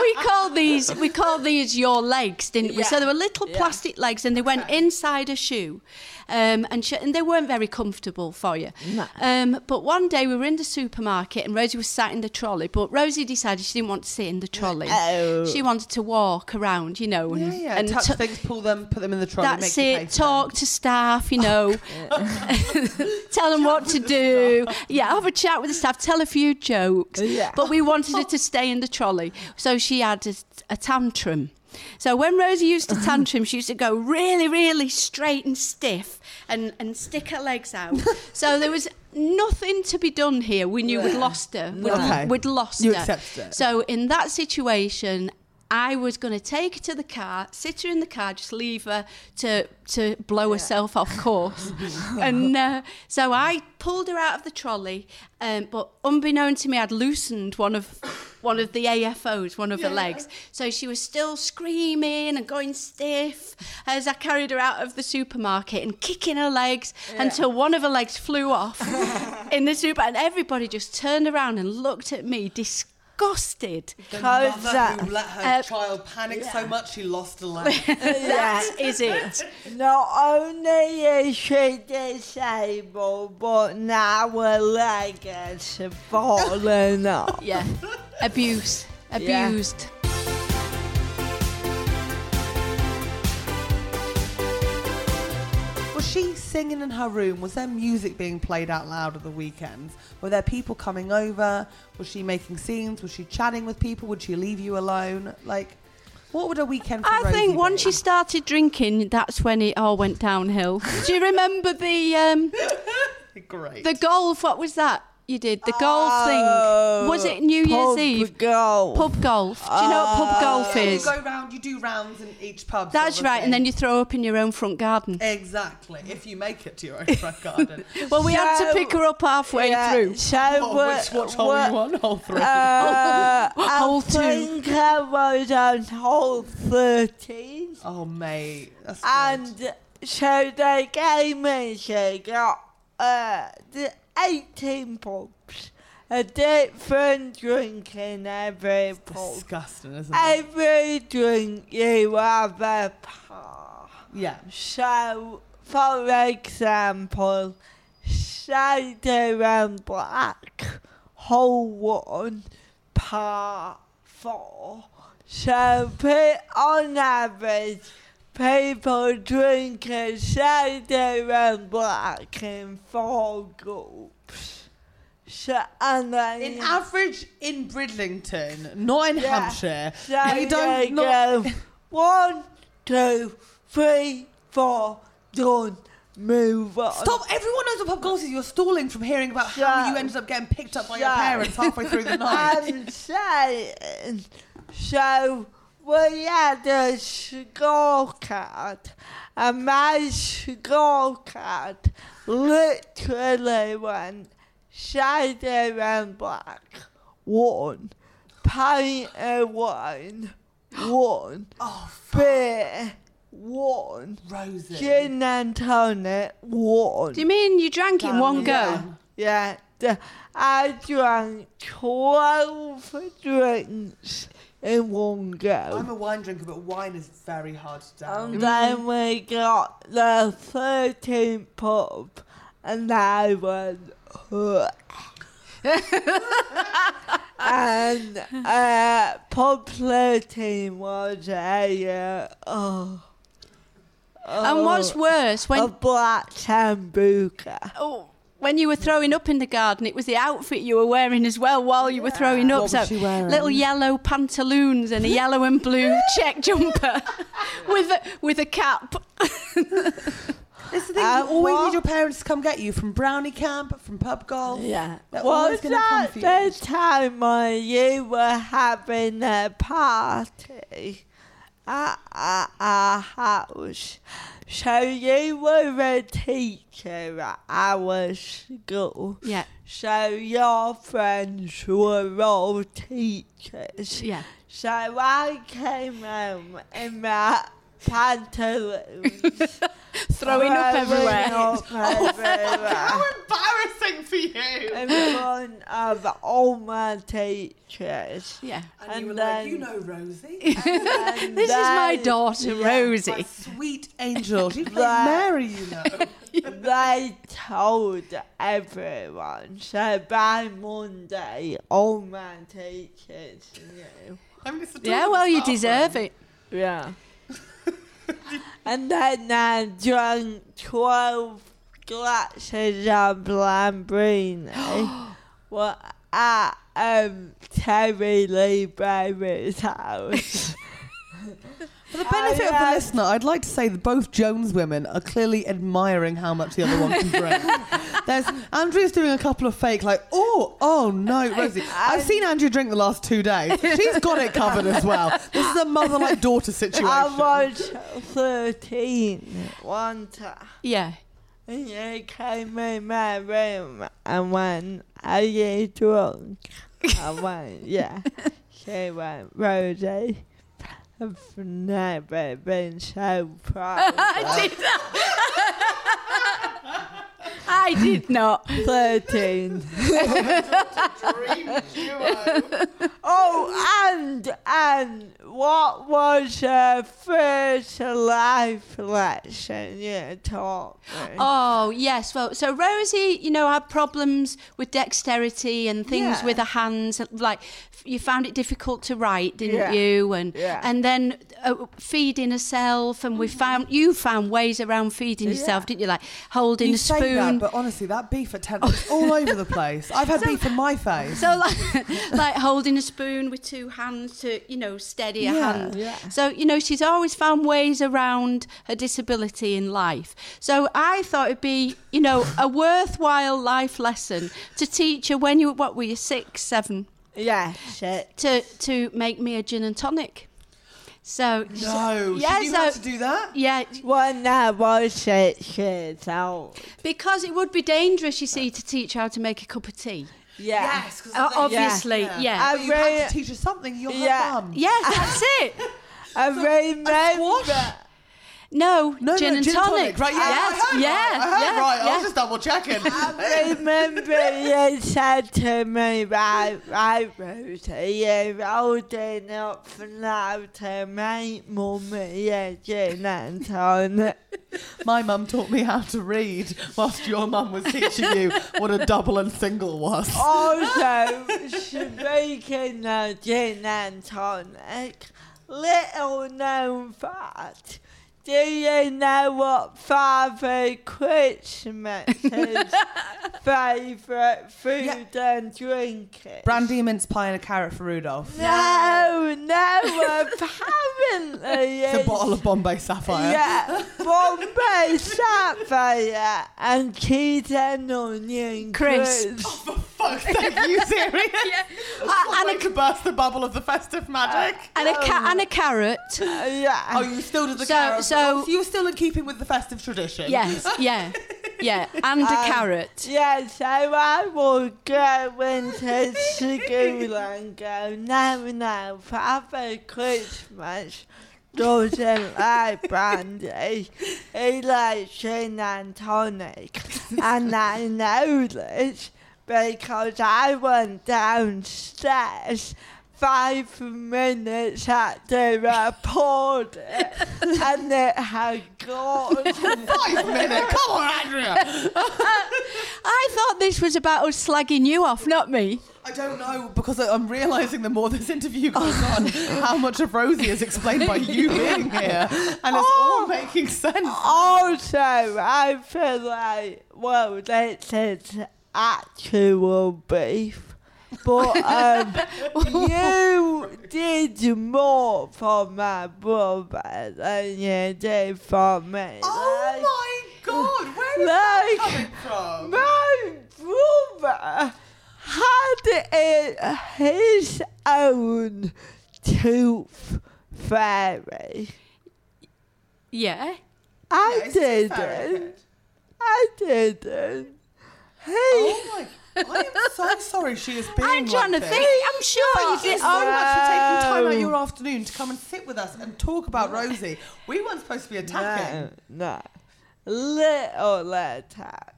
[SPEAKER 6] we called these we called these your legs, didn't we? So they were little plastic legs, and they went inside a shoe, um, and sh- and they weren't very comfortable for you. Um, but one day we were in the supermarket, and Rosie was sat in the trolley, but Rosie decided she didn't want to sit in the trolley.
[SPEAKER 4] Oh.
[SPEAKER 6] She wanted to walk around, you know, and,
[SPEAKER 5] yeah, yeah.
[SPEAKER 6] and
[SPEAKER 5] touch
[SPEAKER 6] t-
[SPEAKER 5] things, pull them, put them in the trolley.
[SPEAKER 6] that's
[SPEAKER 5] make you
[SPEAKER 6] it.
[SPEAKER 5] pay for Oh,
[SPEAKER 6] Talk to staff, you know. *laughs* tell them what to do. Yeah, have a chat with the staff. Tell a few jokes.
[SPEAKER 4] Yeah.
[SPEAKER 6] But we
[SPEAKER 5] *laughs*
[SPEAKER 6] wanted her to stay in the trolley, so she had a, a tantrum. So when Rosie used to tantrum, she used to go really, really straight and stiff, and and stick her
[SPEAKER 5] *laughs*
[SPEAKER 6] legs out. so there was nothing to be done here. We knew we'd lost her. We'd,
[SPEAKER 5] Okay.
[SPEAKER 6] we'd lost
[SPEAKER 5] You
[SPEAKER 6] her.
[SPEAKER 5] accepted it.
[SPEAKER 6] So in that situation, I was going to take her to the car, sit her in the car, just leave her to to blow herself off course. and uh, so I pulled her out of the trolley, um, but unbeknown to me, I'd loosened one of one of the AFOs, one of her legs. So she was still screaming and going stiff as I carried her out of the supermarket and kicking her legs until one of her legs flew off in the super, and everybody just turned around and looked at me disgusted.
[SPEAKER 5] The
[SPEAKER 4] How's
[SPEAKER 5] mother
[SPEAKER 4] that?
[SPEAKER 5] who let her
[SPEAKER 6] Uh,
[SPEAKER 5] child panic so much she
[SPEAKER 6] *laughs*
[SPEAKER 5] lost a leg.
[SPEAKER 4] Yeah.
[SPEAKER 6] That is it.
[SPEAKER 4] Not only is she disabled, but now her leg is falling off.
[SPEAKER 6] *laughs* *laughs* Yeah. Abuse.
[SPEAKER 4] Yeah.
[SPEAKER 6] Abused.
[SPEAKER 5] Was she singing in her room? Was there music being played out loud at the weekends? Were there people coming over? Was she making scenes? Was she chatting with people? Would she leave you alone? Like, what would a weekend? For
[SPEAKER 6] I
[SPEAKER 5] Rosie
[SPEAKER 6] think once
[SPEAKER 5] be?
[SPEAKER 6] she started drinking, that's when it all went downhill. Do you remember the um,
[SPEAKER 5] great.
[SPEAKER 6] the golf? What was that? you did the golf thing. Was it New Year's
[SPEAKER 5] pub
[SPEAKER 6] Eve?
[SPEAKER 4] Golf.
[SPEAKER 6] Pub golf. Do you know what pub golf
[SPEAKER 5] Yeah,
[SPEAKER 6] is?
[SPEAKER 5] You go round, you do rounds in each pub.
[SPEAKER 6] That's
[SPEAKER 5] sort of
[SPEAKER 6] right, and
[SPEAKER 5] thing.
[SPEAKER 6] then you throw up in your own front
[SPEAKER 5] Eh,
[SPEAKER 6] garden.
[SPEAKER 5] Exactly. If you make it to your own front garden.
[SPEAKER 6] *laughs* Well, we had
[SPEAKER 4] So-
[SPEAKER 6] to pick her up halfway
[SPEAKER 4] Yeah,
[SPEAKER 6] through.
[SPEAKER 4] So
[SPEAKER 5] Oh,
[SPEAKER 4] what?
[SPEAKER 5] which, what hole you on? Hole three.
[SPEAKER 4] Uh,
[SPEAKER 6] Hole
[SPEAKER 4] I
[SPEAKER 6] two.
[SPEAKER 4] think I was on hole 13.
[SPEAKER 5] oh, mate. That's good.
[SPEAKER 4] And so they gave me, she got uh, the 18 pubs. A different drink in every pub.
[SPEAKER 5] disgusting, isn't it?
[SPEAKER 4] Every drink you have a par.
[SPEAKER 5] Yeah.
[SPEAKER 4] So, for example, cider and black, whole one, par four. So, pe- on average, people drink a cider and black in four groups. So, and then
[SPEAKER 5] In
[SPEAKER 4] you-
[SPEAKER 5] average, in Bridlington, not in
[SPEAKER 4] Yeah.
[SPEAKER 5] Hampshire,
[SPEAKER 4] so
[SPEAKER 5] we
[SPEAKER 4] they
[SPEAKER 5] don't
[SPEAKER 4] go,
[SPEAKER 5] not,
[SPEAKER 4] one, two, three, four, done, move on.
[SPEAKER 5] Stop! Everyone knows what pub golf is. You're stalling from hearing about how
[SPEAKER 4] Shut-
[SPEAKER 5] you ended up getting picked up by your
[SPEAKER 4] shut-
[SPEAKER 5] parents halfway
[SPEAKER 4] *laughs*
[SPEAKER 5] through the night.
[SPEAKER 4] I'm saying. Um, So we had a scorecard, and my scorecard literally went shadow and black, one, pint of wine, one, beer, one,
[SPEAKER 5] Rosie.
[SPEAKER 4] gin and tonic, one.
[SPEAKER 6] Do you mean you drank in one
[SPEAKER 4] Yeah.
[SPEAKER 6] go?
[SPEAKER 4] Yeah, the- I drank 12 drinks in one
[SPEAKER 5] I'm
[SPEAKER 4] go.
[SPEAKER 5] a wine drinker, but wine is very hard to down.
[SPEAKER 4] And then we got the 13th pub, and I went,
[SPEAKER 6] *laughs*
[SPEAKER 4] "Ugh." and uh, pub 13 was a, uh, oh,
[SPEAKER 6] And what's worse,
[SPEAKER 4] a
[SPEAKER 6] when
[SPEAKER 4] black sambuca.
[SPEAKER 6] oh, when you were throwing up in the garden, it was the outfit you were wearing as well while you were throwing up.
[SPEAKER 5] What
[SPEAKER 6] so
[SPEAKER 5] was she wearing?
[SPEAKER 6] little yellow pantaloons and a yellow and *laughs* blue check jumper *laughs* with a, with a cap. *laughs*
[SPEAKER 5] It's the thing,
[SPEAKER 4] Uh,
[SPEAKER 5] you always
[SPEAKER 4] what?
[SPEAKER 5] need your parents to come get you from brownie camp, from pub golf.
[SPEAKER 4] Yeah.
[SPEAKER 5] They're
[SPEAKER 4] Was
[SPEAKER 5] always going to come
[SPEAKER 4] that
[SPEAKER 5] for
[SPEAKER 4] the
[SPEAKER 5] you.
[SPEAKER 4] time when you were having a party at at our house? So you were a teacher at our school.
[SPEAKER 6] Yeah.
[SPEAKER 4] So your friends were all teachers.
[SPEAKER 6] Yeah.
[SPEAKER 4] So I came home in my pantaloons.
[SPEAKER 6] *laughs* Throwing up everywhere. *laughs*
[SPEAKER 4] up everywhere
[SPEAKER 5] Embarrassing for you.
[SPEAKER 4] in front of all my teachers.
[SPEAKER 6] Yeah.
[SPEAKER 5] And,
[SPEAKER 4] And
[SPEAKER 5] you were
[SPEAKER 4] then-
[SPEAKER 5] like, you know Rosie.
[SPEAKER 4] *laughs* And
[SPEAKER 6] This is my
[SPEAKER 4] they-
[SPEAKER 6] daughter,
[SPEAKER 5] My
[SPEAKER 6] Rosie.
[SPEAKER 5] sweet angel. She's like
[SPEAKER 4] That-
[SPEAKER 5] Mary, you *laughs* know.
[SPEAKER 4] They told everyone. So by Monday, all my teachers knew.
[SPEAKER 5] I mean, it's a
[SPEAKER 6] Yeah, well, you deserve it.
[SPEAKER 4] Yeah. *laughs* and then I drank 12 glasses of
[SPEAKER 5] *gasps*
[SPEAKER 4] Lambrino well, at um, Terry Lee Berry's house.
[SPEAKER 5] For the benefit of the
[SPEAKER 4] yes.
[SPEAKER 5] listener, I'd like to say that both Jones women are clearly admiring how much the other one can *laughs* drink. There's Andrea's doing a couple of fake, like, oh, oh no, Rosie. I've seen Andrea drink the last two days. She's got it covered as well. This is a mother like daughter situation.
[SPEAKER 4] I was 13 one time.
[SPEAKER 6] Yeah.
[SPEAKER 4] And you came in my room and went, Are you drunk? I went, Yeah. she went, Rosie, I've never been so proud.
[SPEAKER 6] I did not. I did not.
[SPEAKER 4] 13. Oh, and, and what was your first life lesson you taught me?
[SPEAKER 6] Oh, yes. Well, so Rosie, you know, had problems with dexterity and things
[SPEAKER 4] Yeah.
[SPEAKER 6] with her hands. Like, f- you found it difficult to write, didn't
[SPEAKER 4] Yeah.
[SPEAKER 6] you? And
[SPEAKER 4] Yeah. Mm-hmm.
[SPEAKER 6] and then uh, feeding herself. And we found, you found ways around feeding yourself, didn't you? Like holding
[SPEAKER 5] you
[SPEAKER 6] a
[SPEAKER 5] say
[SPEAKER 6] spoon.
[SPEAKER 5] that, but honestly, that beef at ten is all over the place. I've had beef in my face.
[SPEAKER 6] *laughs* So like, like holding a spoon with two hands to you know steady your
[SPEAKER 7] Yeah,
[SPEAKER 6] hand.
[SPEAKER 7] yeah.
[SPEAKER 6] So, you know, she's always found ways around her disability in life. So I thought it'd be, you know, a worthwhile life lesson to teach her when you, what were you, six, seven?
[SPEAKER 4] Yeah,
[SPEAKER 6] To, to make me a gin and tonic. So,
[SPEAKER 4] No, she knew how to do
[SPEAKER 6] that? Yeah.
[SPEAKER 4] Well, no, well, she, she's out.
[SPEAKER 6] Because it would be dangerous, you see, to teach her how to make a cup of tea.
[SPEAKER 4] Yeah.
[SPEAKER 6] Yes, 'cause Uh, obviously, yeah. yeah.
[SPEAKER 4] I
[SPEAKER 6] But you had to
[SPEAKER 4] re-
[SPEAKER 6] teach
[SPEAKER 5] her something. You're
[SPEAKER 4] yeah.
[SPEAKER 5] her mum.
[SPEAKER 6] Yes, that's it.
[SPEAKER 4] I remember.
[SPEAKER 6] No,
[SPEAKER 5] No,
[SPEAKER 6] gin
[SPEAKER 5] no,
[SPEAKER 6] and
[SPEAKER 5] gin and
[SPEAKER 6] tonic.
[SPEAKER 5] tonic, right? Yeah,
[SPEAKER 6] Yes,
[SPEAKER 5] I heard
[SPEAKER 6] yeah,
[SPEAKER 5] right, I heard
[SPEAKER 6] yeah,
[SPEAKER 5] right. I
[SPEAKER 6] yeah.
[SPEAKER 5] was just double checking.
[SPEAKER 4] I
[SPEAKER 6] *laughs*
[SPEAKER 4] remember you said to me, I, I was a year old enough now to make mummy a gin and tonic.
[SPEAKER 5] *laughs* My mum taught me how to read whilst your mum was teaching you what a double and single was.
[SPEAKER 4] Oh. Also, speaking of gin and tonic, little known fact. Do you know what Father
[SPEAKER 5] *laughs*
[SPEAKER 4] Christmas's favourite food and drink is?
[SPEAKER 7] Brandy, mince pie, and a carrot for Rudolph.
[SPEAKER 4] No, no, apparently
[SPEAKER 5] It's a bottle of Bombay Sapphire. *laughs*
[SPEAKER 4] Yeah, Bombay Sapphire and cheese and onion
[SPEAKER 5] Crisp.
[SPEAKER 4] crisp.
[SPEAKER 5] Fuck, thank you, Siri. and a burst the bubble of the festive magic.
[SPEAKER 6] And a ca- and a carrot.
[SPEAKER 5] *laughs*
[SPEAKER 4] yeah.
[SPEAKER 5] Oh, you still did the
[SPEAKER 6] Uh, So-
[SPEAKER 5] carrot.
[SPEAKER 6] so-
[SPEAKER 5] So you were still in keeping with the festive tradition.
[SPEAKER 6] Yes, yeah, yeah, and a
[SPEAKER 4] Um,
[SPEAKER 6] carrot.
[SPEAKER 4] Yeah, so I will go into school and go, no, no, Father Christmas doesn't like brandy. He likes gin and tonic. And I know this because I went downstairs five minutes after I poured it and it had gone.
[SPEAKER 5] Five minutes? Come on, Andrea.
[SPEAKER 6] I thought this was about us slagging you off, not me.
[SPEAKER 5] I don't know because I- I'm realizing the more this interview goes *laughs* on, how much of Rosie is explained by you being here, and it's all making sense.
[SPEAKER 4] Also, I feel like, well, this is actual beef. But um,
[SPEAKER 5] *laughs*
[SPEAKER 4] you did more for my brother than you did for me.
[SPEAKER 5] Oh my god, where is
[SPEAKER 4] that
[SPEAKER 5] coming from?
[SPEAKER 4] My brother had in his own tooth fairy.
[SPEAKER 6] Yeah.
[SPEAKER 4] I
[SPEAKER 6] it's
[SPEAKER 4] didn't.
[SPEAKER 6] Farrakhan.
[SPEAKER 4] I didn't. Hey.
[SPEAKER 5] Oh my! I am so sorry. She is being.
[SPEAKER 6] I'm trying
[SPEAKER 5] like
[SPEAKER 6] to
[SPEAKER 5] this.
[SPEAKER 6] think, I'm sure
[SPEAKER 5] Thank you
[SPEAKER 6] it's-
[SPEAKER 5] so much for taking time out
[SPEAKER 4] No.
[SPEAKER 5] of your afternoon to come and sit with us and talk about Rosie. We weren't supposed to be attacking.
[SPEAKER 6] Oh.
[SPEAKER 4] No. Little attack.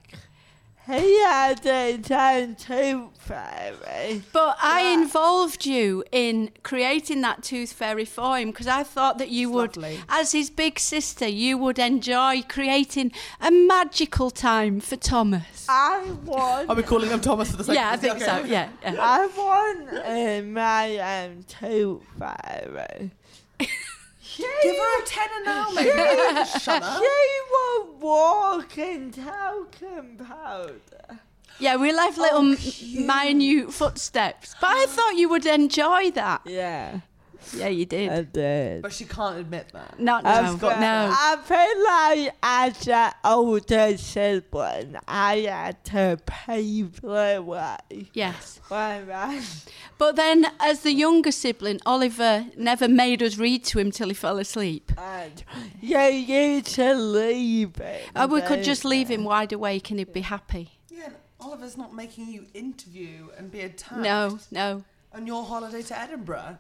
[SPEAKER 4] He had his own tooth fairy.
[SPEAKER 6] But I involved you in creating that tooth fairy for him because I thought that you would, as his big sister, you would enjoy creating a magical time for Thomas.
[SPEAKER 5] Ah.
[SPEAKER 4] I won.
[SPEAKER 5] Are we calling him Thomas for the sake
[SPEAKER 6] Yeah, I
[SPEAKER 5] of this?
[SPEAKER 6] think so, yeah, yeah.
[SPEAKER 5] Ah,
[SPEAKER 4] I won in my um, own tooth fairy.
[SPEAKER 5] Give her a tenner now,
[SPEAKER 4] She,
[SPEAKER 5] maybe. Shut up.
[SPEAKER 4] she was walking talcum powder.
[SPEAKER 6] Yeah, we left little m- minute footsteps. But I thought you would enjoy that.
[SPEAKER 4] Yeah.
[SPEAKER 6] Yeah, you did.
[SPEAKER 4] I did.
[SPEAKER 5] But she can't admit that.
[SPEAKER 6] Not
[SPEAKER 4] I've
[SPEAKER 6] now.
[SPEAKER 4] got-
[SPEAKER 6] no.
[SPEAKER 4] I feel like as an older sibling, I had to pave the way.
[SPEAKER 6] Yes.
[SPEAKER 4] Why, right?
[SPEAKER 6] But then, as the younger sibling, Oliver never made us read to him till he fell asleep.
[SPEAKER 4] And you used to leave it.
[SPEAKER 6] Or Oh, we could just
[SPEAKER 4] don't
[SPEAKER 6] leave him wide awake and he'd be happy.
[SPEAKER 5] Yeah, and Oliver's not making you interview and be attacked.
[SPEAKER 6] No, no.
[SPEAKER 5] On your holiday to Edinburgh.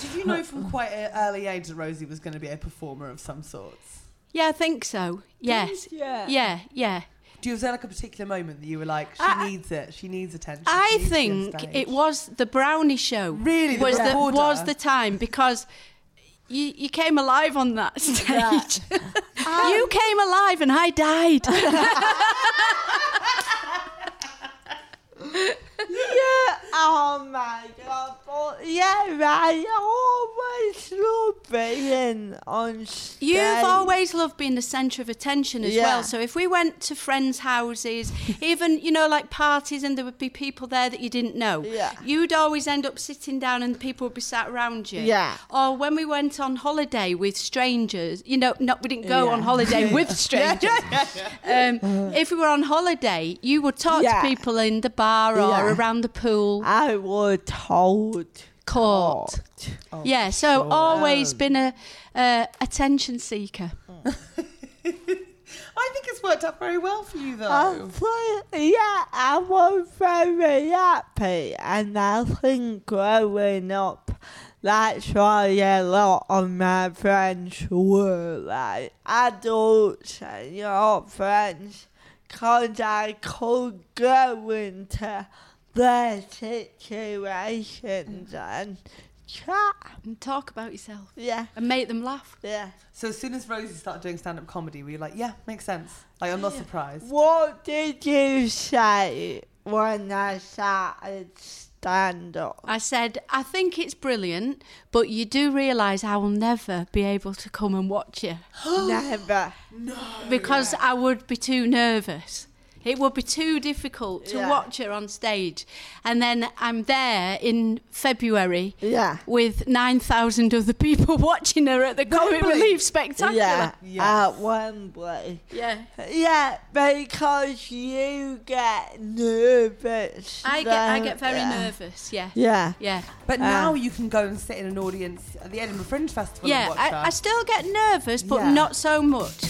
[SPEAKER 5] Did you know from quite an early age that Rosie was going to be a performer of some sorts?
[SPEAKER 6] Yeah, I think so. Yes.
[SPEAKER 4] Yeah.
[SPEAKER 6] Yeah, yeah.
[SPEAKER 5] Do you was there like a particular moment that you were like, she needs it, she needs attention? she
[SPEAKER 6] I
[SPEAKER 5] needs to be on
[SPEAKER 6] think
[SPEAKER 5] stage?
[SPEAKER 6] it was the Brownie show. Really,
[SPEAKER 5] The
[SPEAKER 6] was the
[SPEAKER 5] recorder?
[SPEAKER 6] was the time because you you came alive on that *laughs* stage. you came alive and I died.
[SPEAKER 5] *laughs*
[SPEAKER 4] you? Yeah, oh my god. but Yeah, I always love being on stage.
[SPEAKER 6] You've always loved being the centre of attention as
[SPEAKER 4] Yeah.
[SPEAKER 6] well. So if we went to
[SPEAKER 4] *laughs*
[SPEAKER 6] friends' houses, even you know like parties, and there would be people there that you didn't know,
[SPEAKER 4] Yeah.
[SPEAKER 6] you'd always end up sitting down, and people would be sat around you.
[SPEAKER 4] Yeah.
[SPEAKER 6] Or when we went on holiday with strangers, you know, not we didn't go on
[SPEAKER 4] Yeah. *laughs*
[SPEAKER 6] holiday with strangers. Um, if we were on holiday, you would talk
[SPEAKER 4] Yeah.
[SPEAKER 6] to people in the bar or
[SPEAKER 4] Yeah.
[SPEAKER 6] around the pool.
[SPEAKER 4] I would hold
[SPEAKER 6] caught.
[SPEAKER 4] Oh,
[SPEAKER 6] yeah, so always been a uh, attention seeker.
[SPEAKER 5] I think it's worked out very well for you, though.
[SPEAKER 4] I thought, Uh, yeah, I was very happy, and I think growing up, that's why a lot of my friends were like adults and your friends, because I could go into their situations and chat.
[SPEAKER 6] And talk about yourself.
[SPEAKER 4] Yeah.
[SPEAKER 6] And make them laugh.
[SPEAKER 4] Yeah.
[SPEAKER 5] So as soon as Rosie started doing stand-up comedy, we were like, yeah, makes sense. Like, I'm not surprised.
[SPEAKER 4] What did you say when I started stand up?
[SPEAKER 6] I said, I think it's brilliant, but you do realise I will never be able to come and watch you
[SPEAKER 4] Never. Oh,
[SPEAKER 6] because I would be too nervous. It would be too difficult to
[SPEAKER 4] Yeah.
[SPEAKER 6] watch her on stage. And then I'm there in February
[SPEAKER 4] Yeah.
[SPEAKER 6] with 9,000 other people *laughs* watching her at the Comic
[SPEAKER 4] Wembley.
[SPEAKER 6] Relief Spectacular.
[SPEAKER 4] Yeah, at Wembley.
[SPEAKER 6] Yeah.
[SPEAKER 4] Yeah, because you get nervous.
[SPEAKER 6] I get, I get
[SPEAKER 4] then.
[SPEAKER 6] very
[SPEAKER 4] Yeah.
[SPEAKER 6] nervous, yeah.
[SPEAKER 4] Yeah.
[SPEAKER 6] Yeah.
[SPEAKER 5] But
[SPEAKER 4] Uh,
[SPEAKER 5] now you can go and sit in an audience at the Edinburgh Fringe Festival and
[SPEAKER 6] Yeah,
[SPEAKER 5] watch her.
[SPEAKER 6] I, I still get nervous, but
[SPEAKER 5] Yeah.
[SPEAKER 6] not so much.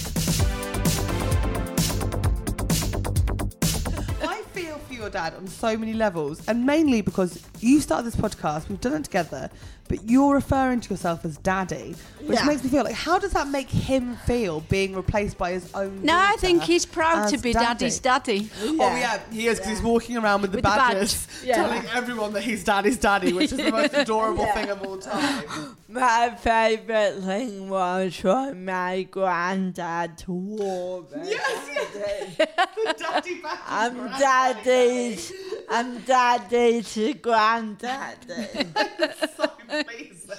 [SPEAKER 5] I feel for your dad on so many levels, and mainly because you started this podcast, we've done it together, but you're referring to yourself as daddy, which
[SPEAKER 6] Yeah.
[SPEAKER 5] makes me feel like how does that make him feel being replaced by his own?
[SPEAKER 6] No, I
[SPEAKER 5] daughter
[SPEAKER 6] think he's proud to
[SPEAKER 5] as
[SPEAKER 6] be daddy's daddy.
[SPEAKER 5] Oh yeah, he is because he's walking around with the
[SPEAKER 6] With the badge. *laughs*
[SPEAKER 5] badges,
[SPEAKER 6] Yeah.
[SPEAKER 5] telling everyone that he's daddy's daddy, which is
[SPEAKER 6] *laughs*
[SPEAKER 5] the most adorable
[SPEAKER 4] Yeah.
[SPEAKER 5] thing of all time.
[SPEAKER 4] My favourite thing was when my granddad wore it.
[SPEAKER 5] Yes,
[SPEAKER 6] *laughs*
[SPEAKER 5] the daddy badge.
[SPEAKER 4] I'm daddy's. I'm daddy's granddaddy.
[SPEAKER 6] *laughs*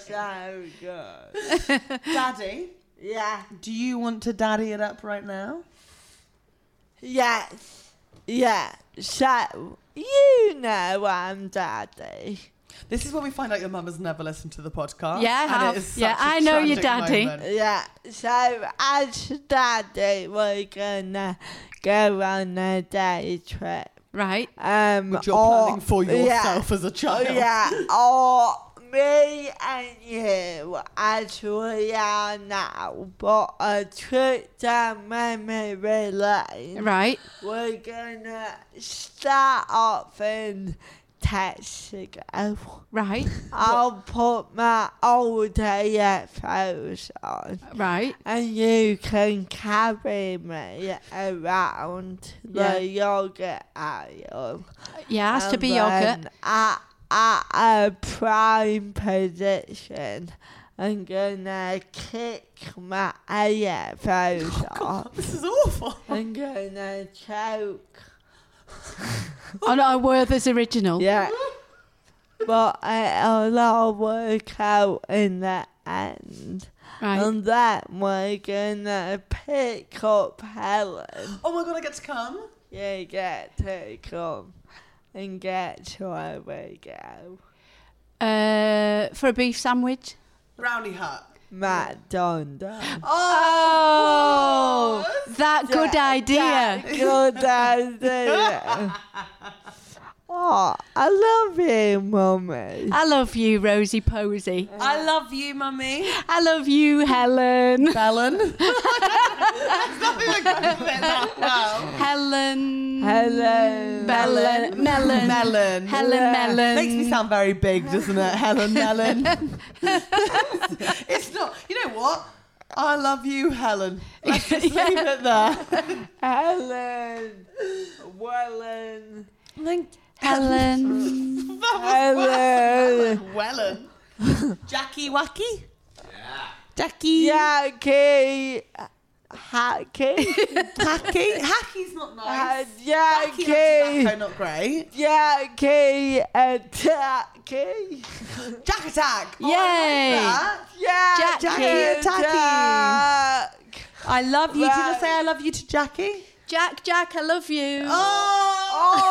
[SPEAKER 4] so good.
[SPEAKER 5] daddy,
[SPEAKER 4] Yeah.
[SPEAKER 5] do you want to daddy it up right now?
[SPEAKER 4] Yes. Yeah. So you know I'm daddy.
[SPEAKER 5] This is when we find out your mum has never listened to the podcast.
[SPEAKER 4] Yeah, I
[SPEAKER 5] and
[SPEAKER 4] have.
[SPEAKER 5] It is such
[SPEAKER 4] Yeah,
[SPEAKER 5] a
[SPEAKER 4] I know your
[SPEAKER 5] tragic
[SPEAKER 4] daddy.
[SPEAKER 5] moment.
[SPEAKER 4] Yeah. So as daddy, we're gonna go on a day trip.
[SPEAKER 6] Right.
[SPEAKER 4] Um.
[SPEAKER 5] Which you're planning for yourself as a child.
[SPEAKER 4] *laughs* Yeah. Or me and you as we are now, but a trip down memory lane.
[SPEAKER 6] Right.
[SPEAKER 4] We're gonna start off in Texaco.
[SPEAKER 6] Right.
[SPEAKER 4] I'll put my old AFOs on.
[SPEAKER 6] Right.
[SPEAKER 4] And you can carry me around
[SPEAKER 6] Yeah.
[SPEAKER 4] the yoga aisle.
[SPEAKER 6] Yeah, has to
[SPEAKER 4] And
[SPEAKER 6] be yogurt.
[SPEAKER 4] then At, at a prime position, I'm gonna kick my
[SPEAKER 6] Oh,
[SPEAKER 4] AFOs off.
[SPEAKER 5] This is awful.
[SPEAKER 4] I'm gonna choke.
[SPEAKER 6] On our Werther's original.
[SPEAKER 4] Yeah. but it'll all work out in the end.
[SPEAKER 6] Right.
[SPEAKER 4] And then we're gonna pick up Helen.
[SPEAKER 5] Oh my god, I get to come.
[SPEAKER 4] You get to come and get to where we go.
[SPEAKER 6] Uh, for a beef sandwich.
[SPEAKER 5] Brownie hut.
[SPEAKER 4] Matt
[SPEAKER 5] *laughs*
[SPEAKER 6] Oh, that good idea.
[SPEAKER 4] Good idea. oh, I love you, mummy.
[SPEAKER 6] I love you, Rosie Posey.
[SPEAKER 7] I love you,
[SPEAKER 5] *laughs*
[SPEAKER 7] mummy.
[SPEAKER 6] I love you, Helen.
[SPEAKER 5] Helen. Oh
[SPEAKER 6] *laughs* Helen.
[SPEAKER 4] Helen.
[SPEAKER 6] Melon. Melon.
[SPEAKER 5] Melon.
[SPEAKER 6] Helen Melon.
[SPEAKER 5] Makes me sound very big, doesn't it? Helen Melon. *laughs* it's not. You know what? I love you, Helen.
[SPEAKER 4] *laughs*
[SPEAKER 5] Let's just leave it there.
[SPEAKER 4] Helen. Wellen.
[SPEAKER 6] Helen.
[SPEAKER 4] Helen. *laughs*
[SPEAKER 5] Wellen.
[SPEAKER 7] Jackie Wacky.
[SPEAKER 4] Jackie.
[SPEAKER 8] hacky.
[SPEAKER 5] hacky? Hacky's not nice.
[SPEAKER 8] yeah,
[SPEAKER 5] Hacky
[SPEAKER 8] okay.
[SPEAKER 5] and tobacco, not great.
[SPEAKER 8] Yeah, okay, attacky.
[SPEAKER 5] Jack attack.
[SPEAKER 8] Yay. Yeah,
[SPEAKER 5] Jack
[SPEAKER 8] Jackie
[SPEAKER 5] attacky.
[SPEAKER 9] I love you. Do you
[SPEAKER 8] Right.
[SPEAKER 9] want to say I love you to Jackie?
[SPEAKER 6] Jack, Jack, I love you.
[SPEAKER 8] Oh,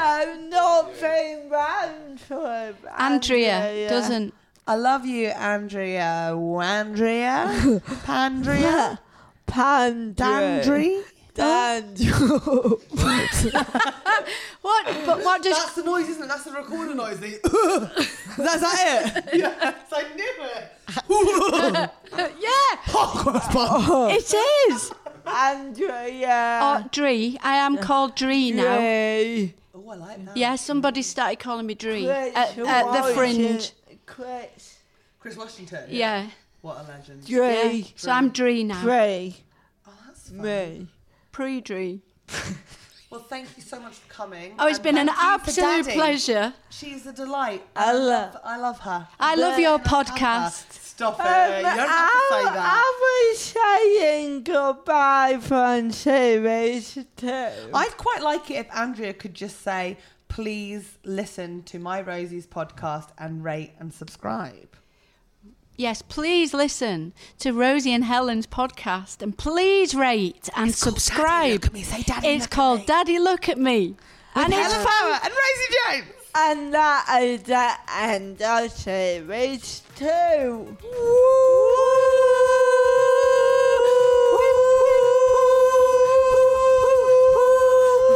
[SPEAKER 8] I'm *laughs* not paying round for it.
[SPEAKER 6] Andrea doesn't.
[SPEAKER 5] I love you, Andrea. *laughs* Wandrea. *laughs* Pandrea.
[SPEAKER 8] Pandry.
[SPEAKER 5] Dandry.
[SPEAKER 6] What? But what does?
[SPEAKER 5] That's the noise, isn't it? That's the recorder noise. *laughs* The That's that it? yes, I knew it.
[SPEAKER 6] yeah,
[SPEAKER 8] Andrea.
[SPEAKER 6] it is.
[SPEAKER 8] Andrea.
[SPEAKER 5] Uh,
[SPEAKER 6] Oh, Dree. I am called Dree now.
[SPEAKER 8] Dre.
[SPEAKER 5] oh, I like that.
[SPEAKER 6] Yeah, somebody started calling me Dree
[SPEAKER 8] Chris
[SPEAKER 6] at, at the
[SPEAKER 8] Washington.
[SPEAKER 6] fringe.
[SPEAKER 8] Chris.
[SPEAKER 5] Chris Washington.
[SPEAKER 6] Yeah.
[SPEAKER 5] What a legend.
[SPEAKER 6] yeah.
[SPEAKER 8] Dre.
[SPEAKER 6] So I'm Dree now.
[SPEAKER 8] Dre.
[SPEAKER 5] Oh, that's fun.
[SPEAKER 8] Me.
[SPEAKER 6] Pre Dree.
[SPEAKER 5] Well, thank you so much for coming.
[SPEAKER 6] Oh, it's
[SPEAKER 5] and
[SPEAKER 6] been an
[SPEAKER 5] thank you for
[SPEAKER 6] absolute
[SPEAKER 5] Daddy.
[SPEAKER 6] pleasure.
[SPEAKER 5] She's a delight.
[SPEAKER 8] I
[SPEAKER 5] I
[SPEAKER 8] love-
[SPEAKER 5] love. I love her.
[SPEAKER 6] I love your
[SPEAKER 5] love her.
[SPEAKER 6] podcast.
[SPEAKER 5] Stop it!
[SPEAKER 8] Um,
[SPEAKER 5] you don't have to say
[SPEAKER 8] I,
[SPEAKER 5] that.
[SPEAKER 8] I was saying goodbye from series two.
[SPEAKER 5] I'd quite like it if Andrea could just say, "Please listen to my Rosie's podcast and rate and subscribe."
[SPEAKER 6] Yes, please listen to Rosie and Helen's podcast and please rate and
[SPEAKER 5] Daddy,
[SPEAKER 6] subscribe.
[SPEAKER 5] look at me. Say, "Daddy,
[SPEAKER 6] it's
[SPEAKER 5] look at
[SPEAKER 6] called
[SPEAKER 5] me."
[SPEAKER 6] Daddy Look at Me. and it's
[SPEAKER 5] Helen Power and Rosie Jones.
[SPEAKER 8] and that is the end of series two.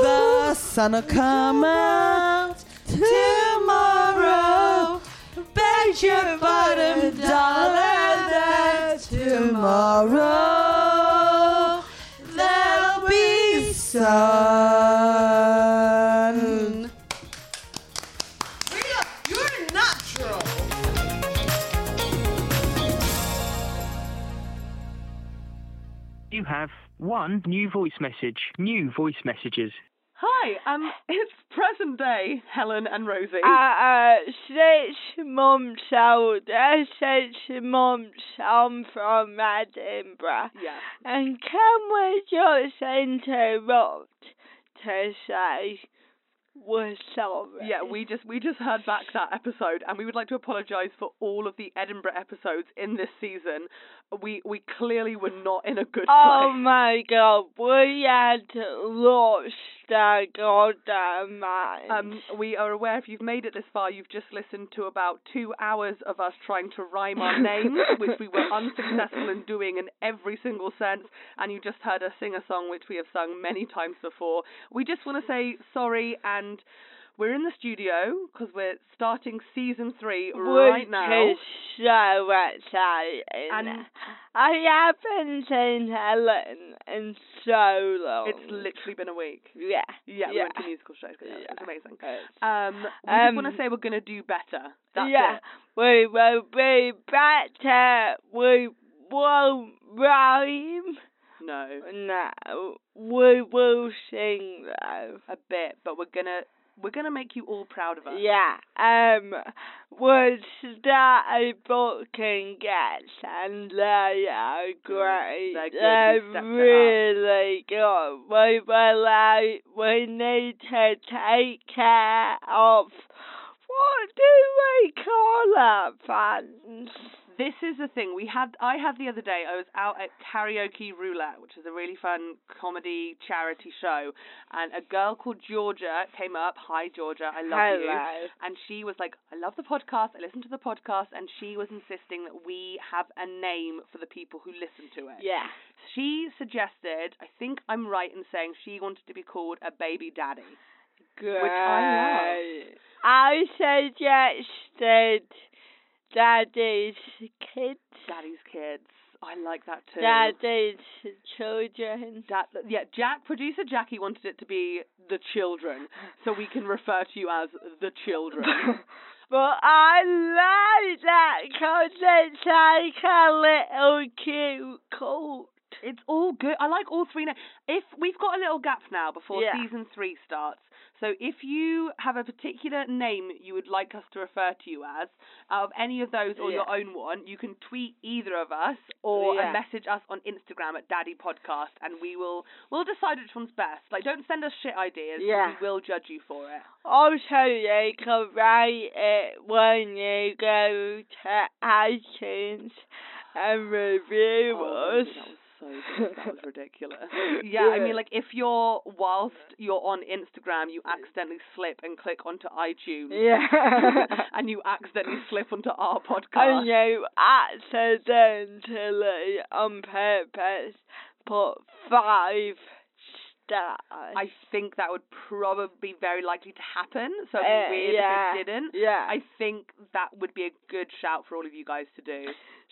[SPEAKER 5] The sun'll come out tomorrow.
[SPEAKER 8] Bet your bottom dollar that tomorrow there'll be sun.
[SPEAKER 5] You're a natural.
[SPEAKER 1] You have one new voice message. New voice messages.
[SPEAKER 3] Hi, um, it's present day, Helen and Rosie.
[SPEAKER 4] Uh, uh, six months old. Uh, six months. I'm from Edinburgh.
[SPEAKER 3] Yeah.
[SPEAKER 4] And can we just interrupt to say we're sorry?
[SPEAKER 3] Yeah, we just we just heard back that episode, and we would like to apologise for all of the Edinburgh episodes in this season. We we clearly were not in a good
[SPEAKER 4] Oh
[SPEAKER 3] place.
[SPEAKER 4] my god, we had lost our goddamn minds.
[SPEAKER 3] Um, we are aware if you've made it this far, you've just listened to about two hours of us trying to rhyme
[SPEAKER 4] *laughs*
[SPEAKER 3] our names, which we were unsuccessful in doing in every single sense, and you just heard us sing a song which we have sung many times before. We just want to say sorry, and we're in the studio because we're starting season three right now.
[SPEAKER 4] Which is so exciting.
[SPEAKER 3] And-
[SPEAKER 4] I haven't seen Helen in so long.
[SPEAKER 3] It's literally been a week.
[SPEAKER 4] yeah,
[SPEAKER 3] Yeah, we
[SPEAKER 4] yeah.
[SPEAKER 3] went to musical shows. together. It was
[SPEAKER 4] Yeah.
[SPEAKER 3] amazing.
[SPEAKER 4] It's-
[SPEAKER 3] Um, we
[SPEAKER 4] Um,
[SPEAKER 3] just want to say we're going to do better. That's
[SPEAKER 4] yeah,
[SPEAKER 3] it.
[SPEAKER 4] we will be better. We won't rhyme.
[SPEAKER 3] No.
[SPEAKER 4] No, we will sing though.
[SPEAKER 3] a bit, but we're gonna uh, we're gonna make you all proud of us.
[SPEAKER 4] Yeah, um, we'll start a booking guest, and they are great.
[SPEAKER 3] They're good, you
[SPEAKER 4] They're
[SPEAKER 3] stepped it up.
[SPEAKER 4] really good. We will, like, we need to take care of. What do we call our fans?
[SPEAKER 3] This is the thing we had. I had the other day. I was out at Karaoke Roulette, which is a really fun comedy charity show, and a girl called Georgia came up. Hi, Georgia. I love you.
[SPEAKER 4] Hello.
[SPEAKER 3] And she was like, I love the podcast. I listen to the podcast, and she was insisting that we have a name for the people who listen to it.
[SPEAKER 4] Yeah.
[SPEAKER 3] She suggested, I think I'm right in saying she wanted to be called a baby daddy.
[SPEAKER 4] Great.
[SPEAKER 3] I love.
[SPEAKER 4] I suggested Daddy's kids,
[SPEAKER 3] Daddy's kids. I like that too.
[SPEAKER 4] Daddy's children. *laughs*
[SPEAKER 3] Dad, yeah, Jack, producer Jackie wanted it to be the children, so we can refer to you as the children.
[SPEAKER 4] But I like that because it's like a little cute cult.
[SPEAKER 3] It's all good. I like all three. Na- if we've got a little gap now before
[SPEAKER 4] Yeah.
[SPEAKER 3] season three starts, so if you have a particular name you would like us to refer to you as, out of any of those or your
[SPEAKER 4] Yeah.
[SPEAKER 3] own one, you can tweet either of us or
[SPEAKER 4] Yeah.
[SPEAKER 3] a message us on Instagram at Daddy Podcast, and we will we'll decide which one's best. Like, don't send us shit ideas.
[SPEAKER 4] Yeah.
[SPEAKER 3] we will judge you for it.
[SPEAKER 4] Also, you can rate it when you go to iTunes and review
[SPEAKER 3] Oh,
[SPEAKER 4] us.
[SPEAKER 3] so good. That was ridiculous. *laughs* Yeah, I mean, like if you're whilst you're on Instagram, you accidentally slip and click onto iTunes.
[SPEAKER 4] Yeah.
[SPEAKER 3] *laughs* and you accidentally slip onto our podcast.
[SPEAKER 4] and you accidentally, on purpose, put five stars.
[SPEAKER 3] I think that would probably be very likely to happen. So it'd be
[SPEAKER 4] Uh,
[SPEAKER 3] weird
[SPEAKER 4] yeah,
[SPEAKER 3] if it didn't.
[SPEAKER 4] yeah.
[SPEAKER 3] I think that would be a good shout for all of you guys to do.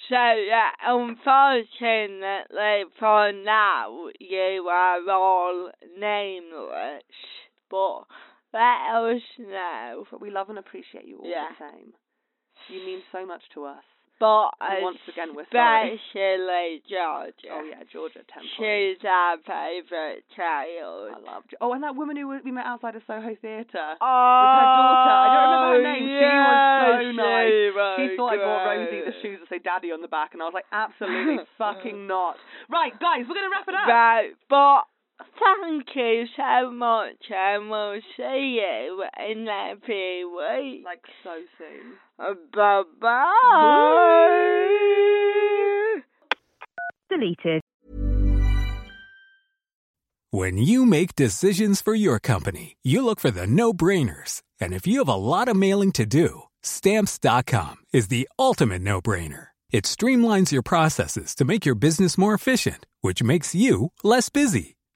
[SPEAKER 4] So yeah, unfortunately for now you are all nameless, but let us know.
[SPEAKER 3] But we love and appreciate you all
[SPEAKER 4] Yeah.
[SPEAKER 3] the same. You mean so much to us.
[SPEAKER 4] But
[SPEAKER 3] And once again, we're sorry.
[SPEAKER 4] especially Georgia.
[SPEAKER 3] Oh yeah, Georgia Temple.
[SPEAKER 4] She's our favourite child.
[SPEAKER 3] I loved. Oh, and that woman who we met outside of Soho Theatre.
[SPEAKER 4] Oh,
[SPEAKER 3] with her daughter. I don't remember her name.
[SPEAKER 4] Oh, yeah,
[SPEAKER 3] Oh, she was so nice.
[SPEAKER 4] was
[SPEAKER 3] She thought I bought Rosie the
[SPEAKER 4] great.
[SPEAKER 3] shoes that say daddy on the back, and I was like, *laughs* absolutely fucking not. Right, guys, we're going to wrap it up.
[SPEAKER 4] Right, but thank you so much, and we'll see you in a few weeks.
[SPEAKER 3] Like, so soon.
[SPEAKER 4] Bye bye.
[SPEAKER 10] Deleted.
[SPEAKER 11] When you make decisions for your company, you look for the no brainers. And if you have a lot of mailing to do, stamps.com is the ultimate no brainer. It streamlines your processes to make your business more efficient, which makes you less busy.